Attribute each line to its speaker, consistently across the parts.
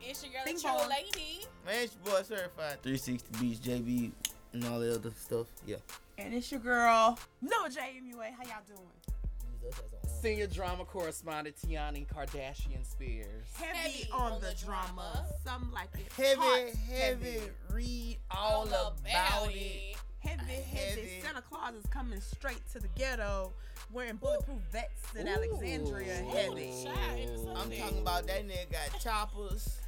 Speaker 1: It's your girl,
Speaker 2: Bing
Speaker 1: it's your
Speaker 2: bong.
Speaker 1: lady.
Speaker 3: Man, it's your boy certified 360 Beats JB and all the other stuff. Yeah.
Speaker 2: And it's your girl, No JMUA. How y'all doing?
Speaker 4: Senior drama correspondent Tiani Kardashian Spears.
Speaker 2: Heavy,
Speaker 1: Heavy
Speaker 2: on,
Speaker 1: on
Speaker 2: the,
Speaker 1: the
Speaker 2: drama.
Speaker 1: drama.
Speaker 2: Some like it.
Speaker 3: Heavy,
Speaker 2: hot,
Speaker 3: heavy, read all about it.
Speaker 2: Heavy, heavy,
Speaker 3: Heavy.
Speaker 2: Santa Claus is coming straight to the ghetto wearing bulletproof vests in
Speaker 4: Ooh.
Speaker 2: Alexandria.
Speaker 4: Ooh.
Speaker 2: Heavy.
Speaker 1: Holy shot in the
Speaker 4: Ooh.
Speaker 3: I'm
Speaker 1: sunset.
Speaker 3: talking about that nigga got choppers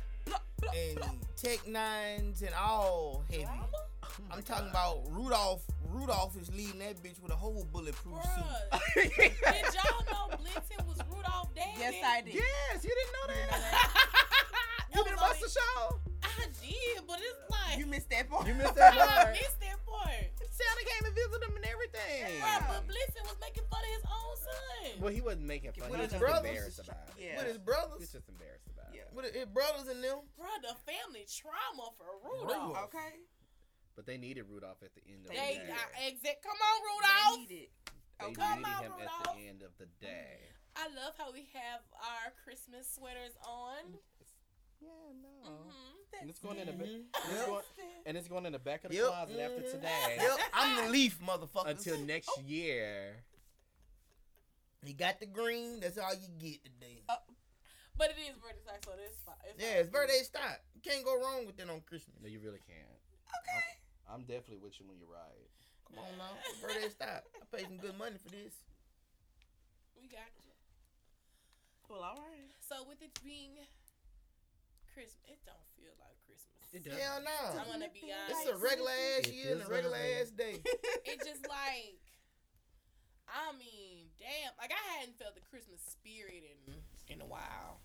Speaker 3: and tech nines and all heavy.
Speaker 1: Drama?
Speaker 4: Oh
Speaker 3: I'm talking about Rudolph. Rudolph is leading that bitch with a whole bulletproof suit.
Speaker 1: Bruh. Did y'all know Blitzen was Rudolph Daddy?
Speaker 2: Yes, I did.
Speaker 4: yes, you didn't know that?
Speaker 1: That
Speaker 4: You
Speaker 1: was
Speaker 4: didn't
Speaker 1: on
Speaker 4: watch
Speaker 1: it.
Speaker 4: the show?
Speaker 1: I did, but it's like
Speaker 2: You missed that part.
Speaker 4: You missed
Speaker 1: I
Speaker 4: that part.
Speaker 1: missed that part.
Speaker 4: Santa came and visited him and everything.
Speaker 1: Bruh, but Blitzen was making fun of his own son.
Speaker 4: Well, he wasn't making fun.
Speaker 2: With
Speaker 4: He was
Speaker 2: his
Speaker 4: just
Speaker 3: brothers.
Speaker 4: embarrassed about it.
Speaker 2: Yeah.
Speaker 3: With his
Speaker 4: He was
Speaker 3: brothers.
Speaker 4: just embarrassed about
Speaker 2: Yeah.
Speaker 4: it.
Speaker 3: With his brothers and them.
Speaker 1: Bruh, the family trauma for Rudolph.
Speaker 3: Rudolph.
Speaker 2: Okay.
Speaker 4: But they needed Rudolph at the end of the
Speaker 1: They
Speaker 4: day.
Speaker 1: got exit. Come on,
Speaker 2: They
Speaker 1: Rudolph.
Speaker 2: need it.
Speaker 4: They
Speaker 2: Okay.
Speaker 1: Come
Speaker 4: needed
Speaker 1: on,
Speaker 4: him at
Speaker 1: Rudolph.
Speaker 4: the end of the day.
Speaker 1: I love how we have our Christmas sweaters on.
Speaker 4: Yeah, no.
Speaker 1: hmm
Speaker 4: And it's going in the
Speaker 2: That's
Speaker 4: ba-
Speaker 3: Mhm.
Speaker 4: and it's
Speaker 3: Yep.
Speaker 4: going- and it's going in the back of the
Speaker 3: Yep.
Speaker 4: closet after
Speaker 3: Mhm.
Speaker 4: today.
Speaker 3: Yep, Oh. I'm the leaf, motherfucker.
Speaker 4: Until next year.
Speaker 3: you got the green, that's all you get today.
Speaker 1: But it is birthday time, so it's fine. It's
Speaker 3: Yeah,
Speaker 1: fine.
Speaker 3: it's birthday stock. You can't go wrong with that on Christmas.
Speaker 4: No, you really can't.
Speaker 2: Okay.
Speaker 4: I'm definitely with you when you're right.
Speaker 3: Come on now, it's birthday stock. I paid some good money for this.
Speaker 1: We got you.
Speaker 2: Well, all right.
Speaker 1: So with it being Christmas, it don't feel like Christmas.
Speaker 4: It does.
Speaker 3: Hell
Speaker 1: I'm
Speaker 3: no.
Speaker 1: gonna be
Speaker 3: It's
Speaker 1: honest.
Speaker 3: a regular ass
Speaker 4: It
Speaker 3: year and a
Speaker 4: feels
Speaker 3: regular
Speaker 4: like that.
Speaker 3: ass day.
Speaker 1: It's just like, I mean, damn. Like I hadn't felt the Christmas spirit in in a while,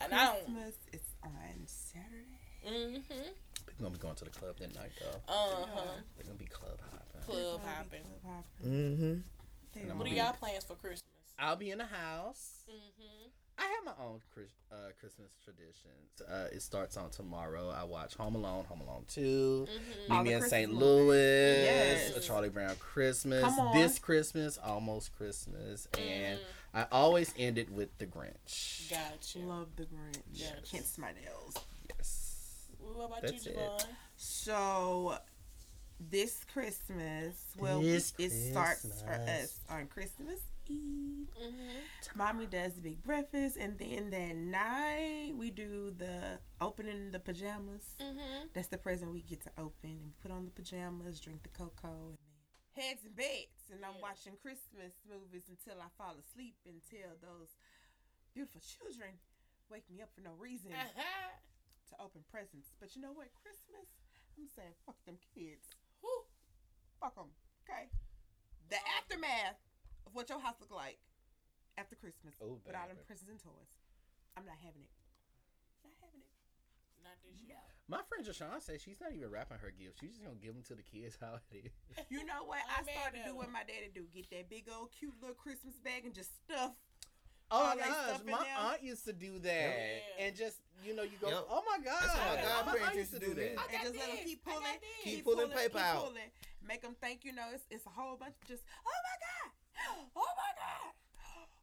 Speaker 1: and I don't.
Speaker 2: Christmas is on Saturday.
Speaker 1: Mm-hmm.
Speaker 4: People gonna be going to the club that night though.
Speaker 1: Uh huh.
Speaker 4: They're gonna be club hopping.
Speaker 1: Club hopping.
Speaker 2: Club
Speaker 3: Mm-hmm.
Speaker 2: hopping.
Speaker 4: I'm
Speaker 1: What are y'all plans for Christmas?
Speaker 4: I'll be in the house.
Speaker 1: Mm-hmm.
Speaker 4: I have my own Chris, uh, Christmas traditions. Uh, it starts on tomorrow. I watch Home Alone, Home Alone 2,
Speaker 1: Mm-hmm.
Speaker 2: Mm. All
Speaker 4: Meet Me
Speaker 2: the
Speaker 4: in St.
Speaker 2: Christmas
Speaker 4: Louis,
Speaker 2: Yes.
Speaker 4: A Charlie Brown Christmas,
Speaker 2: Come on. Mm.
Speaker 4: This Christmas, Almost Christmas,
Speaker 1: Mhm.
Speaker 4: and I always end it with The Grinch.
Speaker 1: Gotcha.
Speaker 2: Love the Grinch.
Speaker 1: Yes.
Speaker 2: Can't smell nails.
Speaker 4: Yes.
Speaker 1: What about
Speaker 4: That's
Speaker 1: you,
Speaker 4: it.
Speaker 1: Javon?
Speaker 2: So this Christmas, well,
Speaker 4: This
Speaker 2: it starts for
Speaker 4: Christmas.
Speaker 2: us on Christmas Eve.
Speaker 1: Mm-hmm.
Speaker 2: Mommy does the big breakfast, and then that night we do the opening the pajamas.
Speaker 1: Mm-hmm.
Speaker 2: That's the present we get to open and we put on the pajamas, drink the cocoa, and then heads and beds. And I'm
Speaker 1: Yeah.
Speaker 2: watching Christmas movies until I fall asleep until those beautiful children wake me up for no reason
Speaker 1: Uh-huh.
Speaker 2: to open presents. But you know what? Christmas, I'm saying fuck them kids.
Speaker 1: Whew.
Speaker 2: Fuck them. Okay. The aftermath of what your house look like after Christmas
Speaker 4: Oh,
Speaker 2: without them
Speaker 4: baby.
Speaker 2: presents and toys. I'm not having it. Not having it.
Speaker 1: Not this year.
Speaker 4: My friend Jashawn says she's not even wrapping her gifts. She's just gonna give them to the kids how it is.
Speaker 2: You know what?
Speaker 1: I'm
Speaker 2: I
Speaker 1: mad
Speaker 2: started to do
Speaker 1: though.
Speaker 2: what my daddy do: get that big old cute little Christmas bag and just stuff.
Speaker 4: Oh
Speaker 2: Oh,
Speaker 4: my
Speaker 2: like
Speaker 4: gosh,
Speaker 2: stuffing
Speaker 4: my
Speaker 2: them?
Speaker 4: aunt used to do that,
Speaker 1: Yeah.
Speaker 4: and just you know, you go,
Speaker 3: Yep.
Speaker 4: oh my god,
Speaker 3: That's how my
Speaker 4: my
Speaker 3: godparents
Speaker 4: aunt used to do that.
Speaker 1: I got
Speaker 2: and just let
Speaker 1: this.
Speaker 2: them keep
Speaker 1: I got
Speaker 2: pulling,
Speaker 1: this.
Speaker 3: Keep pulling paper out.
Speaker 2: pulling. Make them think you know it's, it's a whole bunch of just oh my god, oh my god,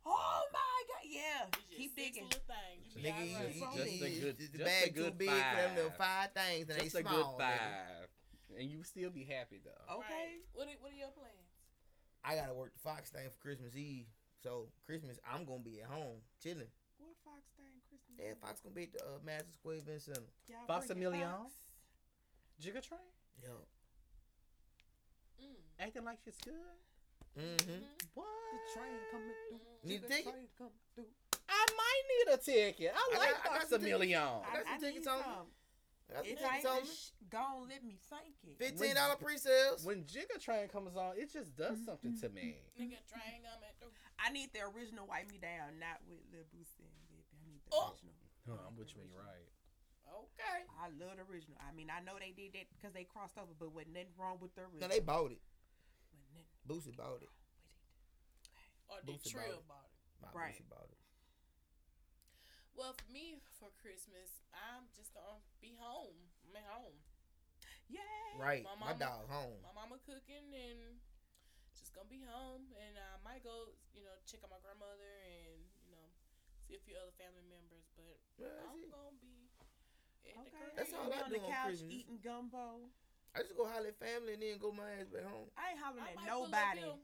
Speaker 2: oh my god, yeah.
Speaker 1: It's just
Speaker 2: Keep
Speaker 1: six
Speaker 2: digging.
Speaker 1: Little things. You be
Speaker 3: Nigga,
Speaker 1: all
Speaker 3: you,
Speaker 1: right.
Speaker 3: you
Speaker 2: Just
Speaker 3: just,
Speaker 2: a
Speaker 4: good-
Speaker 3: the
Speaker 4: just a
Speaker 3: bag too
Speaker 4: good
Speaker 3: big for them little five
Speaker 4: five.
Speaker 3: things and
Speaker 4: Just
Speaker 3: they
Speaker 4: a
Speaker 3: small.
Speaker 4: good
Speaker 3: baby. Oh.
Speaker 4: five, and you would still be happy though.
Speaker 2: Okay.
Speaker 1: Right. What are, what are your plans?
Speaker 3: I gotta work the Fox thing for Christmas Eve. So Christmas, I'm gonna be at home chilling.
Speaker 2: What fox thing, Christmas?
Speaker 3: Yeah, Fox gonna be at the uh, Madison Square Event Center.
Speaker 2: Y'all
Speaker 4: Fox
Speaker 2: bringing
Speaker 4: a million?
Speaker 2: fox?
Speaker 4: Jigga train,
Speaker 3: Yo.
Speaker 1: Mm.
Speaker 4: acting like she's good.
Speaker 3: Mm-hmm.
Speaker 4: What?
Speaker 2: The train coming through.
Speaker 1: Mm-hmm.
Speaker 3: You
Speaker 2: the
Speaker 3: think-
Speaker 2: train coming through.
Speaker 4: I might need a ticket. I,
Speaker 3: I
Speaker 4: like
Speaker 3: got- I got
Speaker 4: Fox
Speaker 3: some
Speaker 4: a million.
Speaker 3: I got some
Speaker 2: I, I
Speaker 3: tickets
Speaker 2: need
Speaker 3: on me.
Speaker 2: some.
Speaker 3: That's
Speaker 2: It
Speaker 3: what
Speaker 2: ain't
Speaker 3: you told
Speaker 2: the
Speaker 3: me.
Speaker 2: sh- gone. Let me think it.
Speaker 3: Fifteen dollar pre-sales.
Speaker 4: When Jigga train comes on, it just
Speaker 3: Mm-hmm.
Speaker 4: does something to me.
Speaker 1: Nigga, trying them at the.
Speaker 2: I need the original "Wipe Me Down," not with Lil Boosie and Baby. I need the
Speaker 1: Oh.
Speaker 2: original.
Speaker 4: Huh, I'm with you. when You're right.
Speaker 1: Okay.
Speaker 2: I love the original. I mean, I know they did that because they crossed over, but wasn't nothing wrong with the
Speaker 3: No,
Speaker 2: original.
Speaker 3: they bought it.
Speaker 2: Wasn't nothing
Speaker 3: Boosie bought it.
Speaker 2: with it.
Speaker 1: Or the
Speaker 3: Boosie
Speaker 1: trill
Speaker 3: Bowden.
Speaker 1: body.
Speaker 3: My
Speaker 2: Right.
Speaker 3: Boosie bought it.
Speaker 1: Well, for me, for Christmas, I'm just gonna be home. I'm at home.
Speaker 2: Yay!
Speaker 3: Right.
Speaker 1: My
Speaker 3: My
Speaker 1: mama-
Speaker 3: dog home.
Speaker 1: My mama cooking and just gonna be home. And I might go, you know, check on my grandmother and, you know, see a few other family members. But
Speaker 3: Yeah, that's
Speaker 1: I'm
Speaker 3: it.
Speaker 1: gonna be at
Speaker 2: Okay.
Speaker 1: the crib.
Speaker 3: That's all I
Speaker 2: We on
Speaker 3: do
Speaker 2: the
Speaker 3: on
Speaker 2: couch
Speaker 3: Christmas.
Speaker 2: eating gumbo.
Speaker 3: I just go holler at family and then go my ass back home.
Speaker 2: I ain't hollering
Speaker 1: I
Speaker 2: at
Speaker 1: might pull up
Speaker 2: nobody.
Speaker 1: you.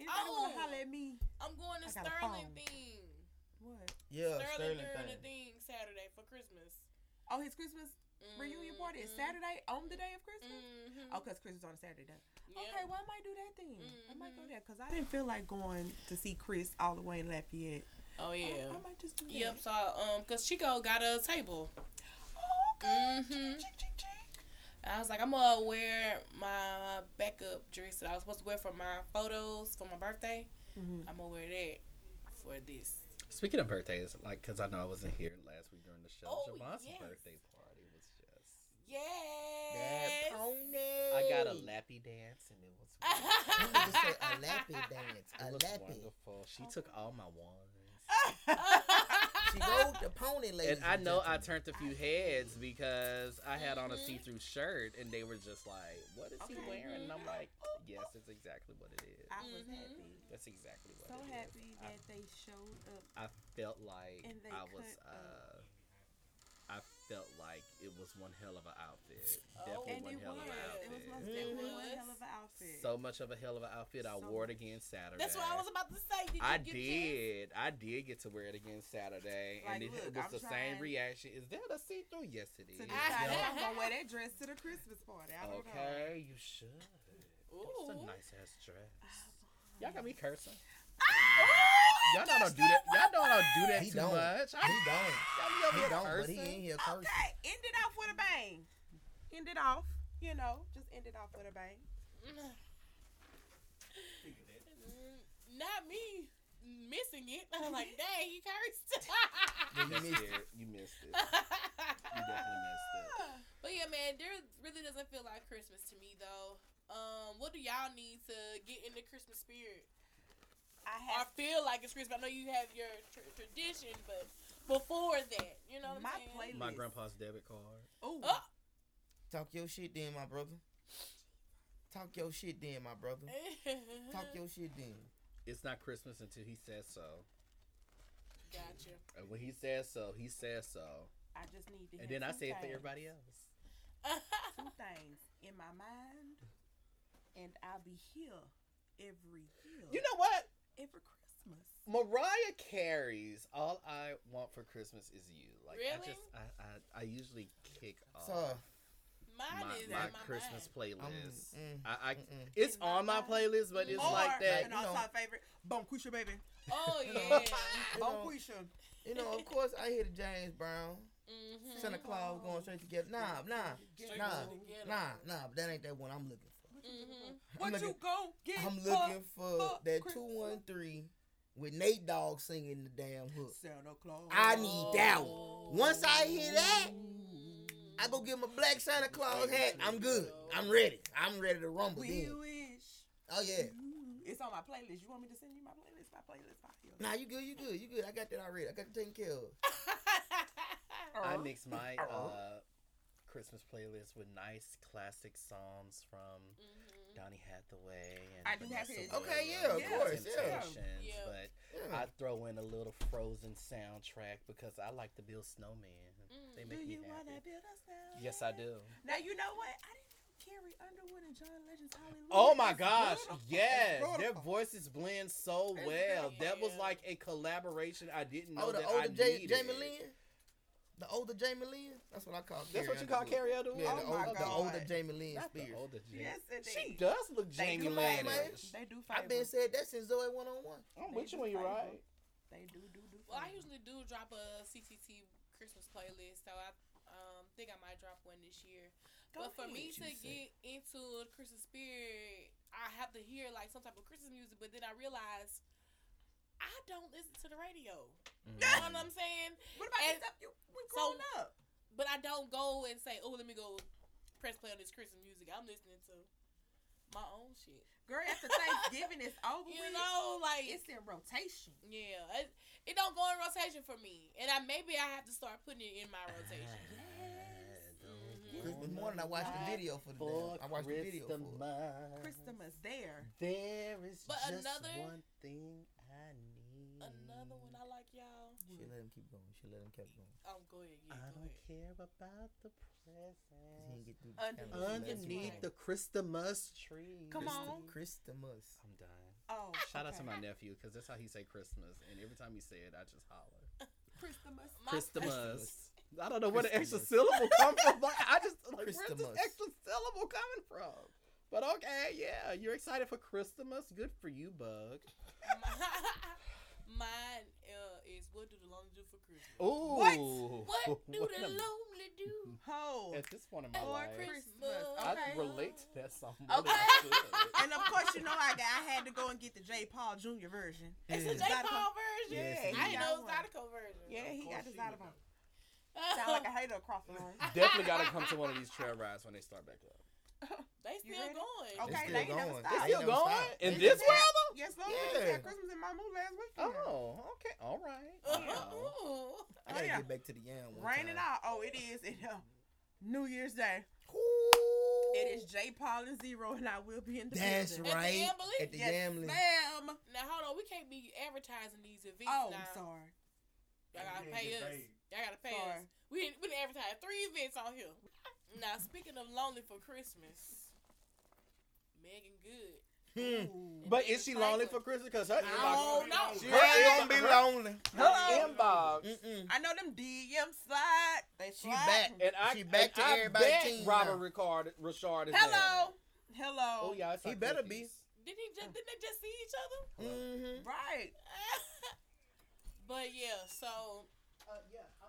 Speaker 2: Anybody wanna
Speaker 1: Oh.
Speaker 2: holler at me?
Speaker 1: I'm going to
Speaker 2: I got a
Speaker 1: Sterling
Speaker 2: phone.
Speaker 1: thing.
Speaker 2: What?
Speaker 3: Yeah,
Speaker 1: Sterling during the thing Saturday for Christmas.
Speaker 2: Oh, his Christmas reunion party is Saturday on the day of Christmas.
Speaker 1: Mm-hmm.
Speaker 2: Oh, 'cause Christmas on a Saturday.
Speaker 1: Yeah.
Speaker 2: Okay, well I might do that then. I might go
Speaker 1: Mhm.
Speaker 2: there 'cause I didn't feel like going to see Chris all the way in Lafayette.
Speaker 1: Oh
Speaker 2: I-
Speaker 1: yeah.
Speaker 2: I, might just do that.
Speaker 1: Yep. So um, cause Chico got a table.
Speaker 2: Oh, okay.
Speaker 3: Mm-hmm.
Speaker 1: Mhm.
Speaker 2: Chick, chick, chick.
Speaker 1: I was like, I'm gonna wear my backup dress that I was supposed to wear for my photos for my birthday.
Speaker 2: Mhm.
Speaker 1: I'm gonna wear that for this.
Speaker 4: Speaking of birthdays, like, cause I know I wasn't here last week during the show.
Speaker 1: Oh,
Speaker 4: Javon's
Speaker 1: yes.
Speaker 4: birthday party was just.
Speaker 1: Yes.
Speaker 4: I got a lappy dance and it was.
Speaker 1: Ah,
Speaker 3: You need to say a lappy dance.
Speaker 4: it
Speaker 3: A
Speaker 4: was
Speaker 3: lappy.
Speaker 4: wonderful. She took all my wands.
Speaker 3: She rode the pony, ladies.
Speaker 4: and I
Speaker 3: and
Speaker 4: know I
Speaker 3: gentlemen.
Speaker 4: turned a few heads because I had on a see-through shirt, and they were just like, "What is he
Speaker 2: Mm-hmm. Okay.
Speaker 4: wearing?" And I'm like, "Yes, it's exactly what it is.
Speaker 2: I was
Speaker 1: Mhm.
Speaker 2: happy.
Speaker 4: That's exactly what
Speaker 2: So
Speaker 4: it is."
Speaker 2: happy that they showed up.
Speaker 4: I, I felt like
Speaker 2: And they
Speaker 4: I was.
Speaker 2: cut
Speaker 4: uh I felt like it was one hell of an outfit.
Speaker 1: Oh,
Speaker 4: Definitely
Speaker 2: And
Speaker 4: one
Speaker 2: it
Speaker 4: hell
Speaker 2: was. It
Speaker 4: of an
Speaker 2: was most
Speaker 4: outfit.
Speaker 2: definitely
Speaker 1: Mhm.
Speaker 2: one hell of an outfit.
Speaker 4: So much of a hell of an outfit. I
Speaker 2: So
Speaker 4: wore it
Speaker 2: much.
Speaker 4: again Saturday.
Speaker 1: That's what I was about to say. Did you
Speaker 4: I
Speaker 1: get
Speaker 4: did. I did get to wear it again Saturday,
Speaker 2: Like,
Speaker 4: and it
Speaker 2: look,
Speaker 4: was
Speaker 2: I'm
Speaker 4: the
Speaker 2: trying-
Speaker 4: same reaction. Is that a see-through? Yes, it is.
Speaker 1: I
Speaker 2: to decide
Speaker 1: know.
Speaker 2: if I'm gonna wear that dress to the Christmas party. I don't know.
Speaker 4: Okay, you should. It's a
Speaker 1: Ooh.
Speaker 4: nice ass dress.
Speaker 2: Ah,
Speaker 4: Y'all got me cursing.
Speaker 2: Ah!
Speaker 4: Y'all know I don't do that. Y'all know I don't do that
Speaker 3: He
Speaker 4: too
Speaker 3: don't.
Speaker 4: much.
Speaker 3: He
Speaker 4: I,
Speaker 3: don't.
Speaker 4: y'all be
Speaker 3: He
Speaker 4: over
Speaker 3: don't,
Speaker 4: here
Speaker 3: but he in
Speaker 4: cursing.
Speaker 3: here cursing.
Speaker 2: Okay, end it off with a bang. End it off. You know, just end it off with a bang.
Speaker 1: Mm, Not me missing it. I'm like, dang, you cursed.
Speaker 3: Yeah, you
Speaker 4: You
Speaker 3: missed
Speaker 4: missed it. You missed it. You definitely missed it.
Speaker 2: Ah,
Speaker 1: but yeah, man, there really doesn't feel like Christmas to me though. Um, what do y'all need to get in the Christmas spirit?
Speaker 2: I
Speaker 1: I
Speaker 2: have
Speaker 1: feel like it's Christmas. I know you have your tr- tradition, but before that, you know what
Speaker 2: My
Speaker 1: I'm saying?
Speaker 2: playlist.
Speaker 4: My grandpa's debit card.
Speaker 2: Ooh.
Speaker 1: Oh.
Speaker 3: Talk your shit then, my brother. Talk your shit then, my brother. Talk your shit then.
Speaker 4: It's not Christmas until he says so.
Speaker 1: Gotcha.
Speaker 4: And when he says so, he says so.
Speaker 2: I just need to.
Speaker 4: And
Speaker 2: have
Speaker 4: then I
Speaker 2: two
Speaker 4: say it for
Speaker 2: things-
Speaker 4: everybody else.
Speaker 2: Two things in my mind, and I'll be here every year.
Speaker 4: You know what?
Speaker 2: every Christmas.
Speaker 4: Mariah Carey's "All I Want for Christmas Is You." Like I
Speaker 1: Really?
Speaker 4: just, I, I, I usually kick off
Speaker 3: So,
Speaker 1: Mine
Speaker 4: my,
Speaker 1: is
Speaker 4: my
Speaker 1: in my
Speaker 4: Christmas
Speaker 1: mind.
Speaker 4: playlist.
Speaker 3: I'm. Mm,
Speaker 4: I, I
Speaker 3: mm-mm.
Speaker 4: It's
Speaker 2: In my
Speaker 4: on my
Speaker 2: mind.
Speaker 4: playlist, but it's
Speaker 2: or,
Speaker 4: like
Speaker 2: An
Speaker 4: that.
Speaker 3: you know.
Speaker 2: all-time favorite, Bonquisha, baby.
Speaker 1: Oh
Speaker 3: You know.
Speaker 1: yeah.
Speaker 3: You know,
Speaker 2: Bonquisha.
Speaker 3: you know, of course, I hear the James Brown,
Speaker 1: Mhm.
Speaker 3: Santa Claus going straight together. Nah, nah,
Speaker 1: Straight
Speaker 3: nah,
Speaker 1: to the ghetto.
Speaker 3: nah, nah. But that ain't that one I'm looking for.
Speaker 1: Mhm.
Speaker 2: What
Speaker 3: looking-
Speaker 2: you gon' get?
Speaker 3: I'm
Speaker 2: for
Speaker 3: looking for
Speaker 2: fuck
Speaker 3: that
Speaker 2: Christmas.
Speaker 3: two one three with Nate Dogg singing the damn hook.
Speaker 2: Santa Claus.
Speaker 3: I need that one. Once I hear that, I go get my black Santa Claus hat. I'm good. I'm ready. I'm ready to rumble.
Speaker 2: We
Speaker 3: Then.
Speaker 2: wish.
Speaker 3: Oh yeah.
Speaker 2: you- It's on my playlist. You want me to send you my playlist? My playlist out here.
Speaker 3: Nah, you good. You good. You good. I got that already. I got it taken care of.
Speaker 4: I mix my
Speaker 3: Uh-uh.
Speaker 4: uh, Christmas playlist with nice classic songs from
Speaker 1: Mhm.
Speaker 4: Donny Hathaway. And
Speaker 2: I do have
Speaker 4: Vanessa
Speaker 2: his.
Speaker 3: Okay,
Speaker 4: Williams
Speaker 3: yeah, of
Speaker 4: and
Speaker 3: course, yeah.
Speaker 4: Temptations,
Speaker 1: Yeah.
Speaker 4: But
Speaker 3: Yeah.
Speaker 4: I throw in a little Frozen soundtrack because I like to build snowmen. They
Speaker 1: Mm.
Speaker 2: Do
Speaker 4: make me
Speaker 2: you want to
Speaker 4: happy.
Speaker 2: build a sound?
Speaker 4: Yes, I do.
Speaker 2: Now you know what? I didn't know Carrie Underwood and John Legend's Hallelujah.
Speaker 4: Oh my
Speaker 2: is
Speaker 4: gosh,
Speaker 2: beautiful.
Speaker 4: yes,
Speaker 2: It's
Speaker 4: their
Speaker 2: beautiful.
Speaker 4: voices blend so
Speaker 2: It's
Speaker 4: well.
Speaker 1: beautiful,
Speaker 4: That was
Speaker 1: yeah.
Speaker 4: like a collaboration I didn't know
Speaker 3: Oh, the
Speaker 4: that I
Speaker 3: older J-
Speaker 4: needed.
Speaker 3: Jamie Lynn. The older Jamie Lynn. That's what I call.
Speaker 4: That's what you call
Speaker 3: Underwood.
Speaker 4: Carrie Underwood.
Speaker 3: Yeah, the,
Speaker 2: Oh my
Speaker 3: older, the
Speaker 2: God.
Speaker 3: older Jamie Lynn
Speaker 4: Not the
Speaker 3: Spears.
Speaker 4: older Jamie.
Speaker 2: Yes, it
Speaker 4: She
Speaker 2: is.
Speaker 4: does look
Speaker 2: They
Speaker 4: Jamie
Speaker 2: do
Speaker 4: Lynn.
Speaker 2: favor.
Speaker 3: Lannish.
Speaker 2: They do favor.
Speaker 3: I've been said that since Zoe one on one.
Speaker 2: They
Speaker 4: I'm with you
Speaker 2: do
Speaker 4: when you're
Speaker 2: favor.
Speaker 4: right.
Speaker 2: They do do do.
Speaker 1: Well, I
Speaker 2: favor.
Speaker 1: usually do drop a CCT Christmas playlist, so I um, think I might drop one this year.
Speaker 2: Go
Speaker 1: but for
Speaker 2: ahead.
Speaker 1: me to
Speaker 3: you
Speaker 1: get
Speaker 3: say.
Speaker 1: into the Christmas spirit, I have to hear like some type of Christmas music. But then I realize I don't listen to the radio.
Speaker 4: Mm-hmm.
Speaker 1: You know what I'm saying?
Speaker 2: what about
Speaker 1: and-
Speaker 2: this stuff you we
Speaker 1: so-
Speaker 2: growing up?
Speaker 1: But I don't go and say, "Oh, let me go press play on this Christmas music." I'm listening to my own shit.
Speaker 2: Girl, after Thanksgiving is over,
Speaker 1: You
Speaker 2: with,
Speaker 1: know, like
Speaker 2: it's in rotation.
Speaker 1: Yeah, it, it don't go in rotation for me, and I maybe I have to start putting it in my rotation. Mhm.
Speaker 3: Christmas morning, I watched the video for the
Speaker 4: For
Speaker 3: damn. I watched the video for it.
Speaker 4: Christmas,
Speaker 2: Christmas there.
Speaker 4: there is
Speaker 1: But
Speaker 4: just
Speaker 1: another-
Speaker 4: one thing I need.
Speaker 1: another one I like, y'all.
Speaker 3: She let him keep going. She let him keep going.
Speaker 1: Um, go ahead, yeah,
Speaker 4: I
Speaker 1: go
Speaker 4: don't
Speaker 1: ahead.
Speaker 4: care about the
Speaker 3: 'Cause he didn't
Speaker 4: presents.
Speaker 3: get through
Speaker 2: Under-
Speaker 3: camera.
Speaker 4: Underneath
Speaker 1: right.
Speaker 4: the Christmas tree.
Speaker 2: Come
Speaker 3: Christ-
Speaker 2: on.
Speaker 3: Christmas.
Speaker 4: I'm done.
Speaker 2: Oh,
Speaker 4: Shout out to
Speaker 2: okay.
Speaker 4: my nephew because that's how he say Christmas, and every time he say it, I just holler.
Speaker 2: Christmas.
Speaker 1: My-
Speaker 4: Christmas. I don't know where the extra
Speaker 3: Christmas.
Speaker 4: syllable come from. Like, I just like where's
Speaker 3: Christmas.
Speaker 4: this extra syllable coming from? But okay, yeah, you're excited for Christmas. Good for you, Bug.
Speaker 1: Mine uh, is what do the lonely do for Christmas?
Speaker 4: Ooh,
Speaker 1: What do
Speaker 4: What
Speaker 1: the
Speaker 4: am-
Speaker 1: lonely do?
Speaker 2: Ho.
Speaker 4: At this point in my
Speaker 1: for
Speaker 4: life,
Speaker 1: Christmas.
Speaker 4: I
Speaker 2: Okay.
Speaker 4: relate to that song. more
Speaker 2: Okay.
Speaker 4: than I should.
Speaker 2: And of course, you know I got, I had to go and get the J. Paul Jr. version.
Speaker 1: It's a
Speaker 3: Mm.
Speaker 1: J Paul version.
Speaker 3: Yes,
Speaker 1: I
Speaker 3: he
Speaker 1: didn't
Speaker 2: got
Speaker 1: know it was
Speaker 2: one.
Speaker 1: Zydeco version.
Speaker 2: Yeah, he got his out of him.
Speaker 1: Oh,
Speaker 2: Sound like a hater across the room.
Speaker 4: Definitely gotta come to one of these trail rides when they start back up.
Speaker 1: they still
Speaker 2: You ready?
Speaker 1: going.
Speaker 3: It's
Speaker 2: Okay,
Speaker 3: still
Speaker 2: they ain't never
Speaker 3: going. It's
Speaker 2: stopped. They
Speaker 4: Still
Speaker 3: never
Speaker 4: going
Speaker 3: stopped.
Speaker 4: in
Speaker 2: It's
Speaker 4: this
Speaker 2: still-
Speaker 4: weather?
Speaker 2: Yes, Lord.
Speaker 3: Yeah.
Speaker 2: We had Christmas in my mood last weekend.
Speaker 4: Oh, okay, all right.
Speaker 1: Uh-huh.
Speaker 4: Wow.
Speaker 1: Ooh.
Speaker 3: I
Speaker 2: Oh,
Speaker 3: gotta
Speaker 2: yeah.
Speaker 3: get back to the yam. One
Speaker 2: Raining
Speaker 3: time.
Speaker 2: out. Oh, it is. It, uh, New Year's Day.
Speaker 3: Ooh.
Speaker 2: It is J. Paul and Zero, and I will be in the
Speaker 3: That's
Speaker 1: At the
Speaker 2: building.
Speaker 3: right.
Speaker 1: Yambly?
Speaker 3: At the
Speaker 2: Yes,
Speaker 3: Yamlin.
Speaker 2: ma'am.
Speaker 1: Now hold on, we can't be advertising these events.
Speaker 2: Oh,
Speaker 1: now.
Speaker 2: I'm sorry.
Speaker 1: Y'all gotta
Speaker 5: Yeah,
Speaker 1: pay
Speaker 5: get
Speaker 1: us.
Speaker 5: paid.
Speaker 1: Y'all gotta pay us.
Speaker 2: Sorry.
Speaker 1: We didn't, we didn't advertise three events on here. Now speaking of lonely for Christmas, Megan Good.
Speaker 3: Hmm.
Speaker 2: Ooh.
Speaker 4: But is she lonely for Christmas? Cause her
Speaker 1: Oh,
Speaker 4: inbox,
Speaker 1: no.
Speaker 3: She
Speaker 4: Her
Speaker 3: ain't gonna
Speaker 4: inbox-
Speaker 3: Hmm. be
Speaker 4: her-
Speaker 3: lonely.
Speaker 4: her
Speaker 2: Hello.
Speaker 4: inbox.
Speaker 3: Mm-mm.
Speaker 2: I know them DM slide. They
Speaker 3: She
Speaker 2: slide.
Speaker 3: back.
Speaker 4: And I,
Speaker 3: She back
Speaker 4: and
Speaker 3: to
Speaker 4: I
Speaker 3: everybody's
Speaker 4: bet
Speaker 3: team
Speaker 4: Robert
Speaker 3: now.
Speaker 4: Ricard, Richard is
Speaker 2: Hello.
Speaker 4: mad
Speaker 2: Hello.
Speaker 4: at her. Oh yeah, it's
Speaker 3: He
Speaker 4: our
Speaker 3: better
Speaker 4: cookies.
Speaker 1: Didn't he just didn't they just see each other?
Speaker 3: Mm-hmm.
Speaker 2: Right.
Speaker 1: but yeah, so